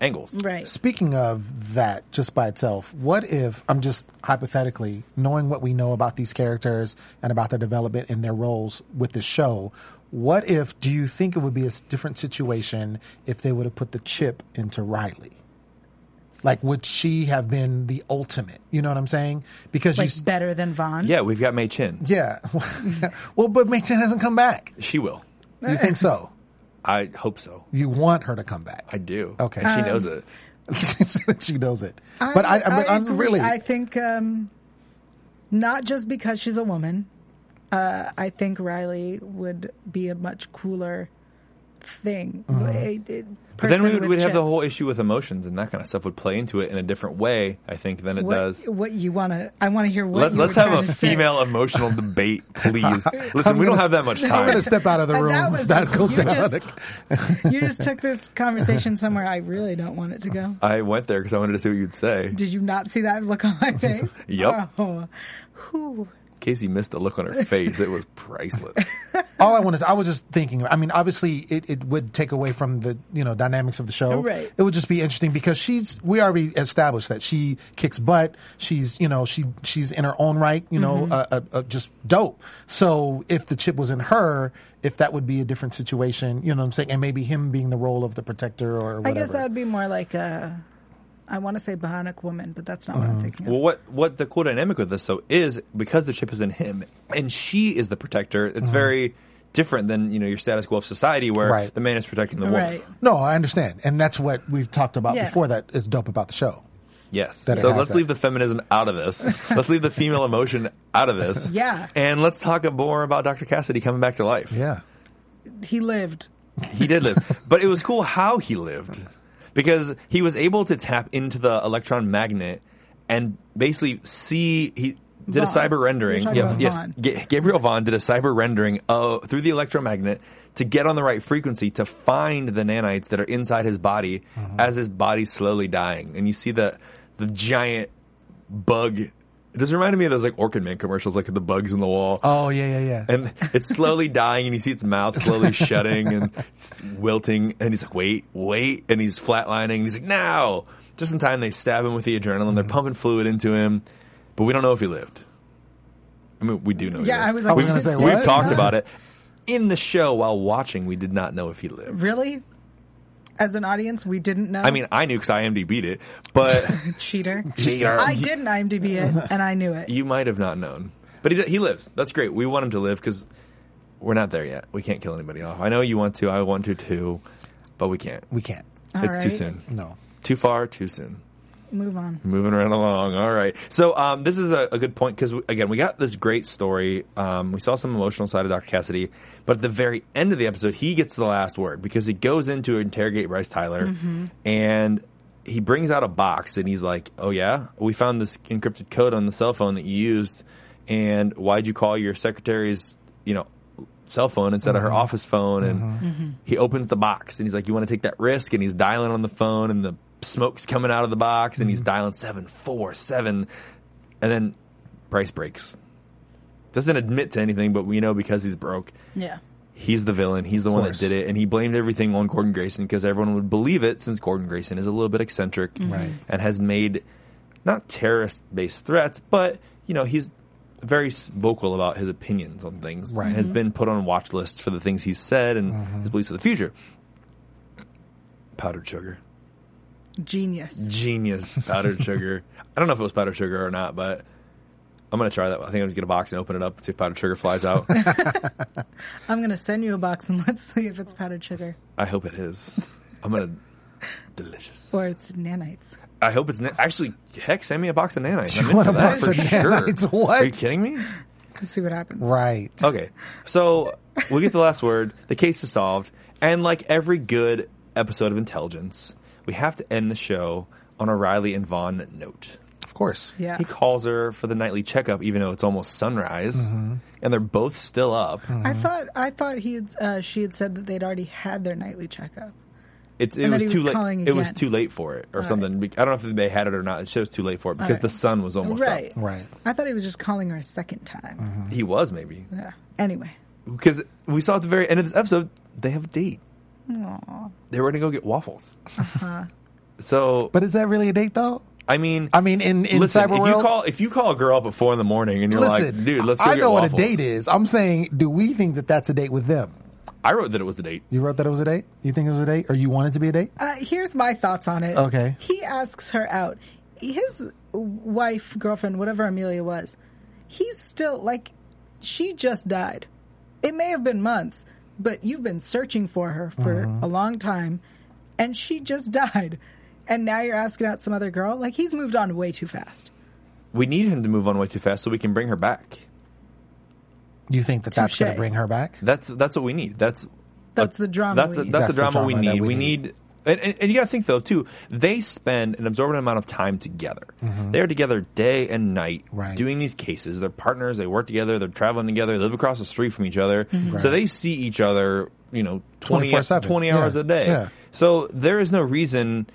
B: angles.
C: Right.
D: Speaking of that, just by itself, what if I'm just hypothetically knowing what we know about these characters and about their development and their roles with the show? What if do you think it would be a s- different situation if they would have put the chip into Riley? Like, would she have been the ultimate? You know what I'm saying? Because you,
C: Like
D: s-
C: better than Vaughn.
B: Yeah, we've got Mei Chin.
D: yeah. <laughs> well, but Mayton hasn't come back.
B: She will.
D: You
C: Eh.
D: think so?
B: I hope so.
D: You want her to come back? <laughs>
B: I do.
D: Okay.
B: And she
C: Um,
B: knows it.
D: she knows it. but I, I, but I'm
C: agree.
D: really,
C: I think um, not just because she's a woman. Uh, I think Riley would be a much cooler thing. It- it-
B: Uh-huh. But then
C: person
B: we would
C: with
B: we'd have
C: chip.
B: the whole issue with emotions and that kind of stuff would play into it in a different way, I think, than it
C: what,
B: does.
C: What you want to? I want to hear what.
B: Let's,
C: you
B: let's
C: were
B: have
C: trying
B: a
C: to say.
B: female emotional debate,
C: <laughs>
B: please. Listen,
D: I'm
B: we don't
D: gonna-
B: have that much
D: <laughs> I'm going
B: time.
D: to step out of the
C: And
D: room.
C: that
D: <laughs>
C: was-
D: goes
C: you
D: down.
C: just- <laughs> You just took this conversation somewhere I really don't want it to go.
B: I went there because I wanted to see what you'd say.
C: Did you not see that look on my face?
B: Yep.
C: Oh. Whew.
B: Casey missed the look on her face. It was
C: <laughs>
B: priceless.
D: <laughs> All I want is I was just thinking. I mean, obviously, it, it would take away from the you know dynamics of the show.
C: Right.
D: It would just be interesting because she's we already established that she kicks butt. She's you know she she's in her own right. You
C: Mm-hmm.
D: know, uh, uh, uh, just dope. So if the chip was in her, if that would be a different situation. You know what I'm saying? And maybe him being the role of the protector or whatever.
C: I guess that would be more like a, I want to say Bahanic woman, but that's not what I'm thinking. of.
B: Well, what what the cool dynamic with this though is because the chip is in him and she is the protector. It's very different than you know your status quo of society where
D: Mm-hmm. Right.
B: the man is protecting the woman.
C: right.
D: no, I understand, and that's what we've talked about
C: Yeah.
D: before. That is dope about the show.
B: Yes.
D: That it
B: so
D: has
B: let's
D: that.
B: leave the feminism out of this. let's leave the female emotion out of this.
C: Yeah.
B: And let's talk more about Dr. Cassidy coming back to life.
D: Yeah.
C: He lived.
B: He did live. but it was cool how he lived because he was able to tap into the electron magnet and basically see he did a
C: Vaughn.
B: cyber rendering.
C: You're talking about
B: yes.
C: Vaughn.
B: Ga- Gabriel Vaughn did a cyber rendering of, through the electromagnet to get on the right frequency to find the nanites that are inside his body as his body's slowly dying. And you see the the giant bug. It just reminded me of those like Orchid Man commercials, like the bugs in the wall
D: Oh yeah yeah yeah.
B: and it's slowly dying, and you see its mouth slowly shutting and s- wilting. And he's like, "Wait, wait!" And he's flatlining. And he's like, "Now!" Just in time, they stab him with the adrenaline. They're pumping fluid into him, but we don't know if he lived. I mean, we do know.
C: Yeah,
B: he lived.
C: I was like,
B: we've,
D: I was gonna say,
B: we've
D: what?
B: talked about it in the show while watching. We did not know if he lived.
C: Really? as an audience, we didn't know.
B: I mean, I knew because I IMDb'd it, but
C: cheater.
B: JR.
C: <laughs> I didn't IMDb it, and I knew it.
B: you might have not known. But he, he lives. That's great. We want him to live because we're not there yet. We can't kill anybody off. I know you want to. I want to too, but we can't.
D: We can't.
B: it's too
C: right.
B: soon.
D: No.
B: Too far, too soon.
C: Move on.
B: Moving right along. All right. So um, this is a, a good point because again, we got this great story. Um, we saw some emotional side of Dr. Cassidy, but at the very end of the episode, he gets the last word because he goes in to interrogate Bryce Tyler, and he brings out a box and he's like, "Oh yeah, we found this encrypted code on the cell phone that you used, and why'd you call your secretary's, you know?" cell phone instead of her office phone and he opens the box and he's like you want to take that risk and he's dialing on the phone and the smoke's coming out of the box and he's dialing 747 and then price breaks doesn't admit to anything but we know because he's broke
C: Yeah.
B: he's the villain he's the one that
D: course.
B: did it and he blamed everything on Gordon Grayson because everyone would believe it since Gordon Grayson is a little bit eccentric
D: Right.
B: and has made not terrorist based threats but you know he's very s- vocal about his opinions on things
D: Right. Mm-hmm.
B: and has been put on watch lists for the things he's said and his beliefs of the future powdered sugar
C: Genius.
B: genius
D: <laughs>
B: powdered sugar. I don't know if it was powdered sugar or not, but I'm gonna try that. I think I'm gonna get a box and open it up and see if powdered sugar flies
D: <laughs>
B: out.
C: I'm going to send you a box and <laughs> let's see if it's powdered sugar
B: I hope it is. I'm gonna delicious.
C: or it's nanites.
B: I hope it's na- actually. Heck, send me a box of nanites. I'm
D: You
B: in
D: want
B: for
D: a
B: that
D: box
B: for
D: of
B: sure.
D: nanites? What?
B: Are you kidding me?
C: Let's see what happens.
D: Right.
B: Okay, so we get the last word. The case is solved, and like every good episode of Intelligence, we have to end the show on a Riley and Vaughn note.
D: Of course.
C: Yeah.
B: He calls her for the nightly checkup, even though it's almost sunrise,
D: Mm-hmm.
B: and they're both still up.
C: I thought I thought he had, uh, she had said that they'd already had their nightly checkup.
B: It, it
C: And
B: was
C: that he
B: too
C: was
B: late.
C: calling
B: It was
C: again.
B: too late for it, or something. Be- I don't know if they had it or not. It shows too late for it because
C: right.
B: the sun was almost
C: right.
D: Right.
C: I thought he was just calling her a second time.
B: up. Mm-hmm. He was maybe
C: Yeah. Anyway.
B: because we saw at the very end of this episode they have a date.
C: Aw.
B: They were going to go get waffles. <laughs> So,
D: But is that really a date though?
B: I mean,
D: I mean, in in
B: listen.
D: cyber
B: if you
D: world,
B: call if you call a girl up at four in the morning and you're
D: listen,
B: like, dude, let's go
D: I
B: get
D: know
B: waffles.
D: what a date is. I'm saying, do we think that that's a date with them?
B: I wrote that it was a date.
D: You wrote that it was a date. You think it was a date, or you want it to be a date?
C: Uh, here's my thoughts on it.
D: Okay.
C: He asks her out. His wife, girlfriend, whatever Amelia was, he's still like, she just died. It may have been months, but you've been searching for her for a long time, and she just <laughs> died. And now you're asking out some other girl? Like, he's moved on way too fast.
B: We need him to move on way too fast so we can bring her back.
D: You think that that's
C: Touche.
D: going to bring her back?
B: That's that's what we need. That's
C: That's the drama
B: Uh, That's
C: we
B: a,
C: need.
B: that's,
D: That's
B: the
D: the
B: drama, we
D: drama that
B: need.
D: we
B: We
D: need.
B: need. And, and, and you got to think though too. They spend an absorbent amount of time together. They're together day and night,
D: Mm-hmm. Right.
B: doing these cases. They're partners. They work together. They're traveling together. They live across the street from each other,
C: Mm-hmm.
B: so they see each other. You know, 20,
D: 24/7.
B: 20 hours
D: Yeah.
B: a day.
D: Yeah.
B: So there is no reason,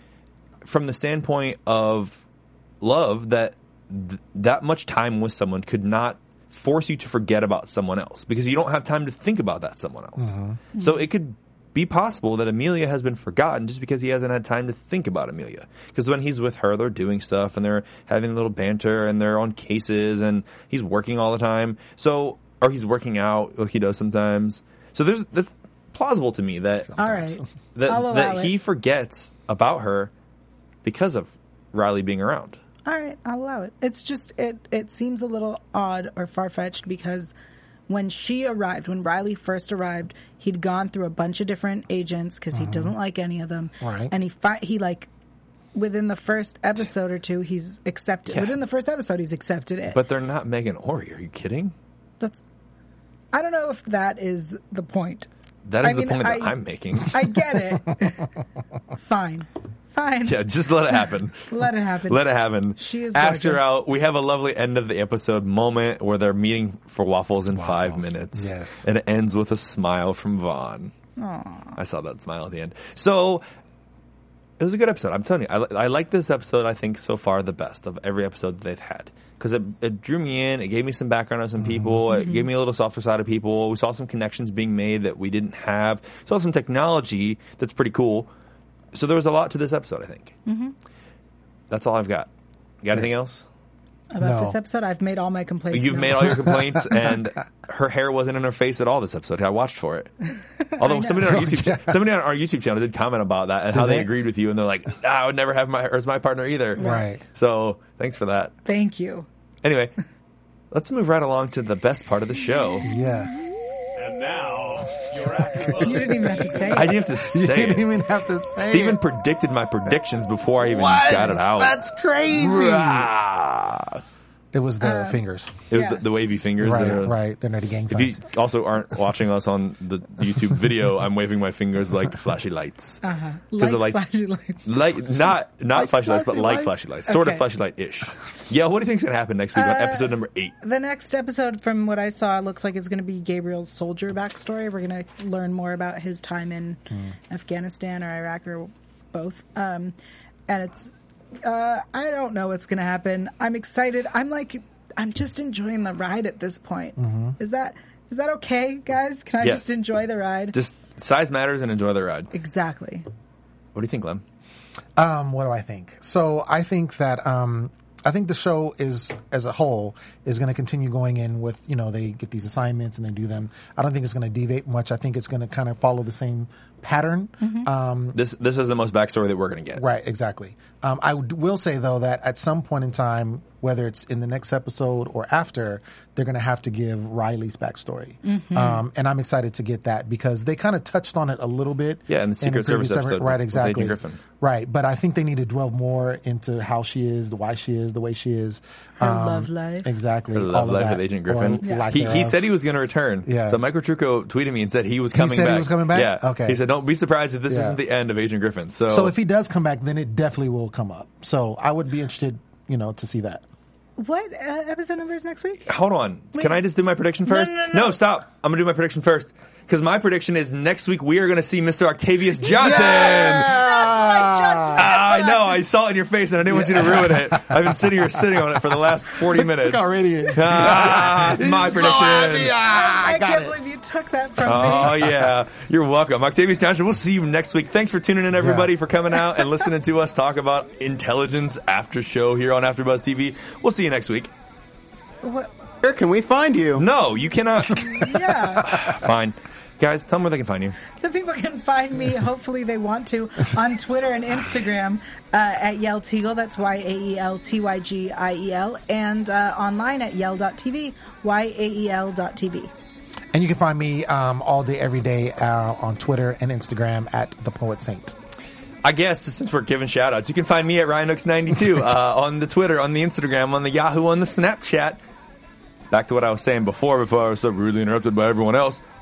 B: from the standpoint of love, that th- that much time with someone could not force you to forget about someone else because you don't have time to think about that someone else.
C: Mm-hmm.
B: So it could be possible that Amelia has been forgotten just because he hasn't had time to think about Amelia. Because when he's with her, they're doing stuff and they're having a little banter and they're on cases and he's working all the time. So, or he's working out like he does sometimes. So there's, that's plausible to me that
C: All right. I'll
B: that,
C: allow
B: that
C: it.
B: he forgets about her because of Riley being around.
C: All right, I'll allow it. It's just it it seems a little odd or far fetched because when she arrived, when Riley first arrived, he'd gone through a bunch of different agents because
B: Mm-hmm.
C: he doesn't like any of them.
D: Right.
C: And he fi- he like within the first episode or two, he's accepted. Within the first episode, he's accepted it.
B: But they're not Megan Ori. Are you kidding?
C: that's I don't know if that is the point.
B: That is
C: I
B: the
C: mean,
B: point that
C: I-
B: I'm making. <laughs>
C: I get it. Fine. Fine.
B: yeah, just let it
C: <laughs>
B: happen.
C: Let it happen.
B: Let it happen.
C: She is
B: Ask her
C: gorgeous.
B: out. We have a lovely end of the episode moment where they're meeting for waffles in five minutes.
D: Yes.
B: And it ends with a smile from Vaughn. I saw that smile at the end. So it was a good episode. I'm telling you, I, li- I like this episode. I think so far the best of every episode that they've had because it, it drew me in. It gave me some background on some people. It gave me a little softer side of people. We saw some connections being made that we didn't have. Saw some technology that's pretty cool. So there was a lot to this episode. I think. That's all I've got. You got anything else?
C: about
D: No.
C: this episode. I've made all my complaints.
B: You've
C: now.
B: made all your complaints, and her hair wasn't in her face at all this episode. I watched
D: <laughs>
B: for it. Although somebody on our YouTube, somebody on our YouTube channel did comment about that and how they,
D: they?
B: agreed with you, and they're like, "Nah, "I would never have my her as my partner either."
D: Right.
B: So thanks for that.
C: Thank you.
B: Anyway, let's move right along to the best part of the show.
D: Yeah.
G: And now, your After
C: You
G: Buzz
C: didn't even have to say.
B: I
C: it.
B: didn't have
D: <laughs>
B: to say
D: you didn't
B: it.
D: even have to say
B: Steven
D: it.
B: predicted my predictions before I even
D: What?
B: got it out.
D: That's crazy.
B: Rah!
D: It was the fingers.
B: It was
C: Yeah.
B: the, the wavy fingers.
D: Right,
B: that are-
D: right. They're nerdy gang
B: If you
D: signs.
B: also aren't watching us on the YouTube video, I'm waving my fingers like flashy lights. Uh-huh.
C: Like flashy Uh, lights.
B: Like not not
D: Like
B: flashy lights, but
D: flashy
B: like
D: lights?
B: flashy lights. Sort of
C: Okay. Uh,
B: flashy light ish. Yeah, what do you think's gonna happen next week on episode number eight?
C: The next episode, from what I saw, looks like it's going to be Gabriel's soldier backstory. We're going to learn more about his time in
B: Hmm.
C: Afghanistan or Iraq or both. Um, and it's, uh, I don't know what's going to happen. I'm excited. I'm like, I'm just enjoying the ride at this point. Is that is that okay, guys? Can I
B: Mm-hmm. Yes.
C: just enjoy the ride?
B: Just size matters and enjoy the ride.
C: exactly.
B: What do you think, Lem?
D: Um, what do I think? So I think that um, I think the show is as a whole is going to continue going in with you know they get these assignments and they do them. I don't think it's going to deviate much. I think it's going to kind of follow the same pattern. Um,
B: This this is the most backstory that we're gonna get.
D: right, exactly. Um, I would- will say though that at some point in time, whether it's in the next episode or after, they're going to have to give Riley's backstory, um, and I'm excited to get that because they kind of touched on it a little bit.
B: Yeah, in the Secret Service
D: previous
B: episode
D: right?
B: with- with Agent
D: Exactly.
B: Griffin.
D: Right, but I think they need to dwell more into how she is, the why she is, the way she is, her
C: love life.
D: exactly.
B: The Love
D: all of
B: Life
D: that,
B: with Agent
D: or
B: Griffin.
D: lack
B: He, he
D: thereof.
B: said he was going to return.
D: Yeah.
B: So Mike Trucco tweeted me and said he was coming
D: said he
B: back.
D: was coming back?
B: Yeah.
D: Okay.
B: He said, "Don't be surprised if this
D: Yeah.
B: isn't the end of Agent Griffin." So,
D: So if he does come back, then it definitely will come up. So I would be interested, you know, to see that.
C: What uh, episode number is next week?
B: Hold on. Can
C: Wait.
B: I just do my prediction
C: No,
B: first?
C: no, no, no.
B: stop. I'm going to do my prediction first. Because my prediction is next week we are going to see Mr. Octavius Johnson. Ah, I know. I saw it in your face and I didn't want you to ruin it. I've been sitting here sitting on it for the last 40 minutes.
D: already is.
B: <laughs> Ah, it's my
D: He's so
B: prediction.
D: happy. Ah,
C: I,
D: I got
C: can't
D: it.
C: believe you took that from
B: Oh
C: me.
B: yeah, you're welcome, Octavius Johnson. We'll see you next week. Thanks for tuning in, everybody,
D: Yeah.
B: for coming out and listening to us talk about intelligence after show here on AfterBuzz TV. We'll see you next week.
C: What?
F: Where can we find you?
B: No, you cannot.
C: Yeah.
B: Fine, guys, tell them where they can find you.
C: The people can find me, hopefully they want to, on Twitter and Instagram uh, at Yell Teagle. That's Y A E L T Y G I E L. And uh, online at yell.tv, Y A E L dot TV.
D: And you can find me um, all day, every day uh, on Twitter and Instagram at the Poet Saint.
B: I guess since we're giving shout outs, you can find me at <laughs> RyanX92 uh, on the Twitter, on the Instagram, on the Yahoo, on the Snapchat. Back to what I was saying before, before I was so rudely interrupted by everyone else.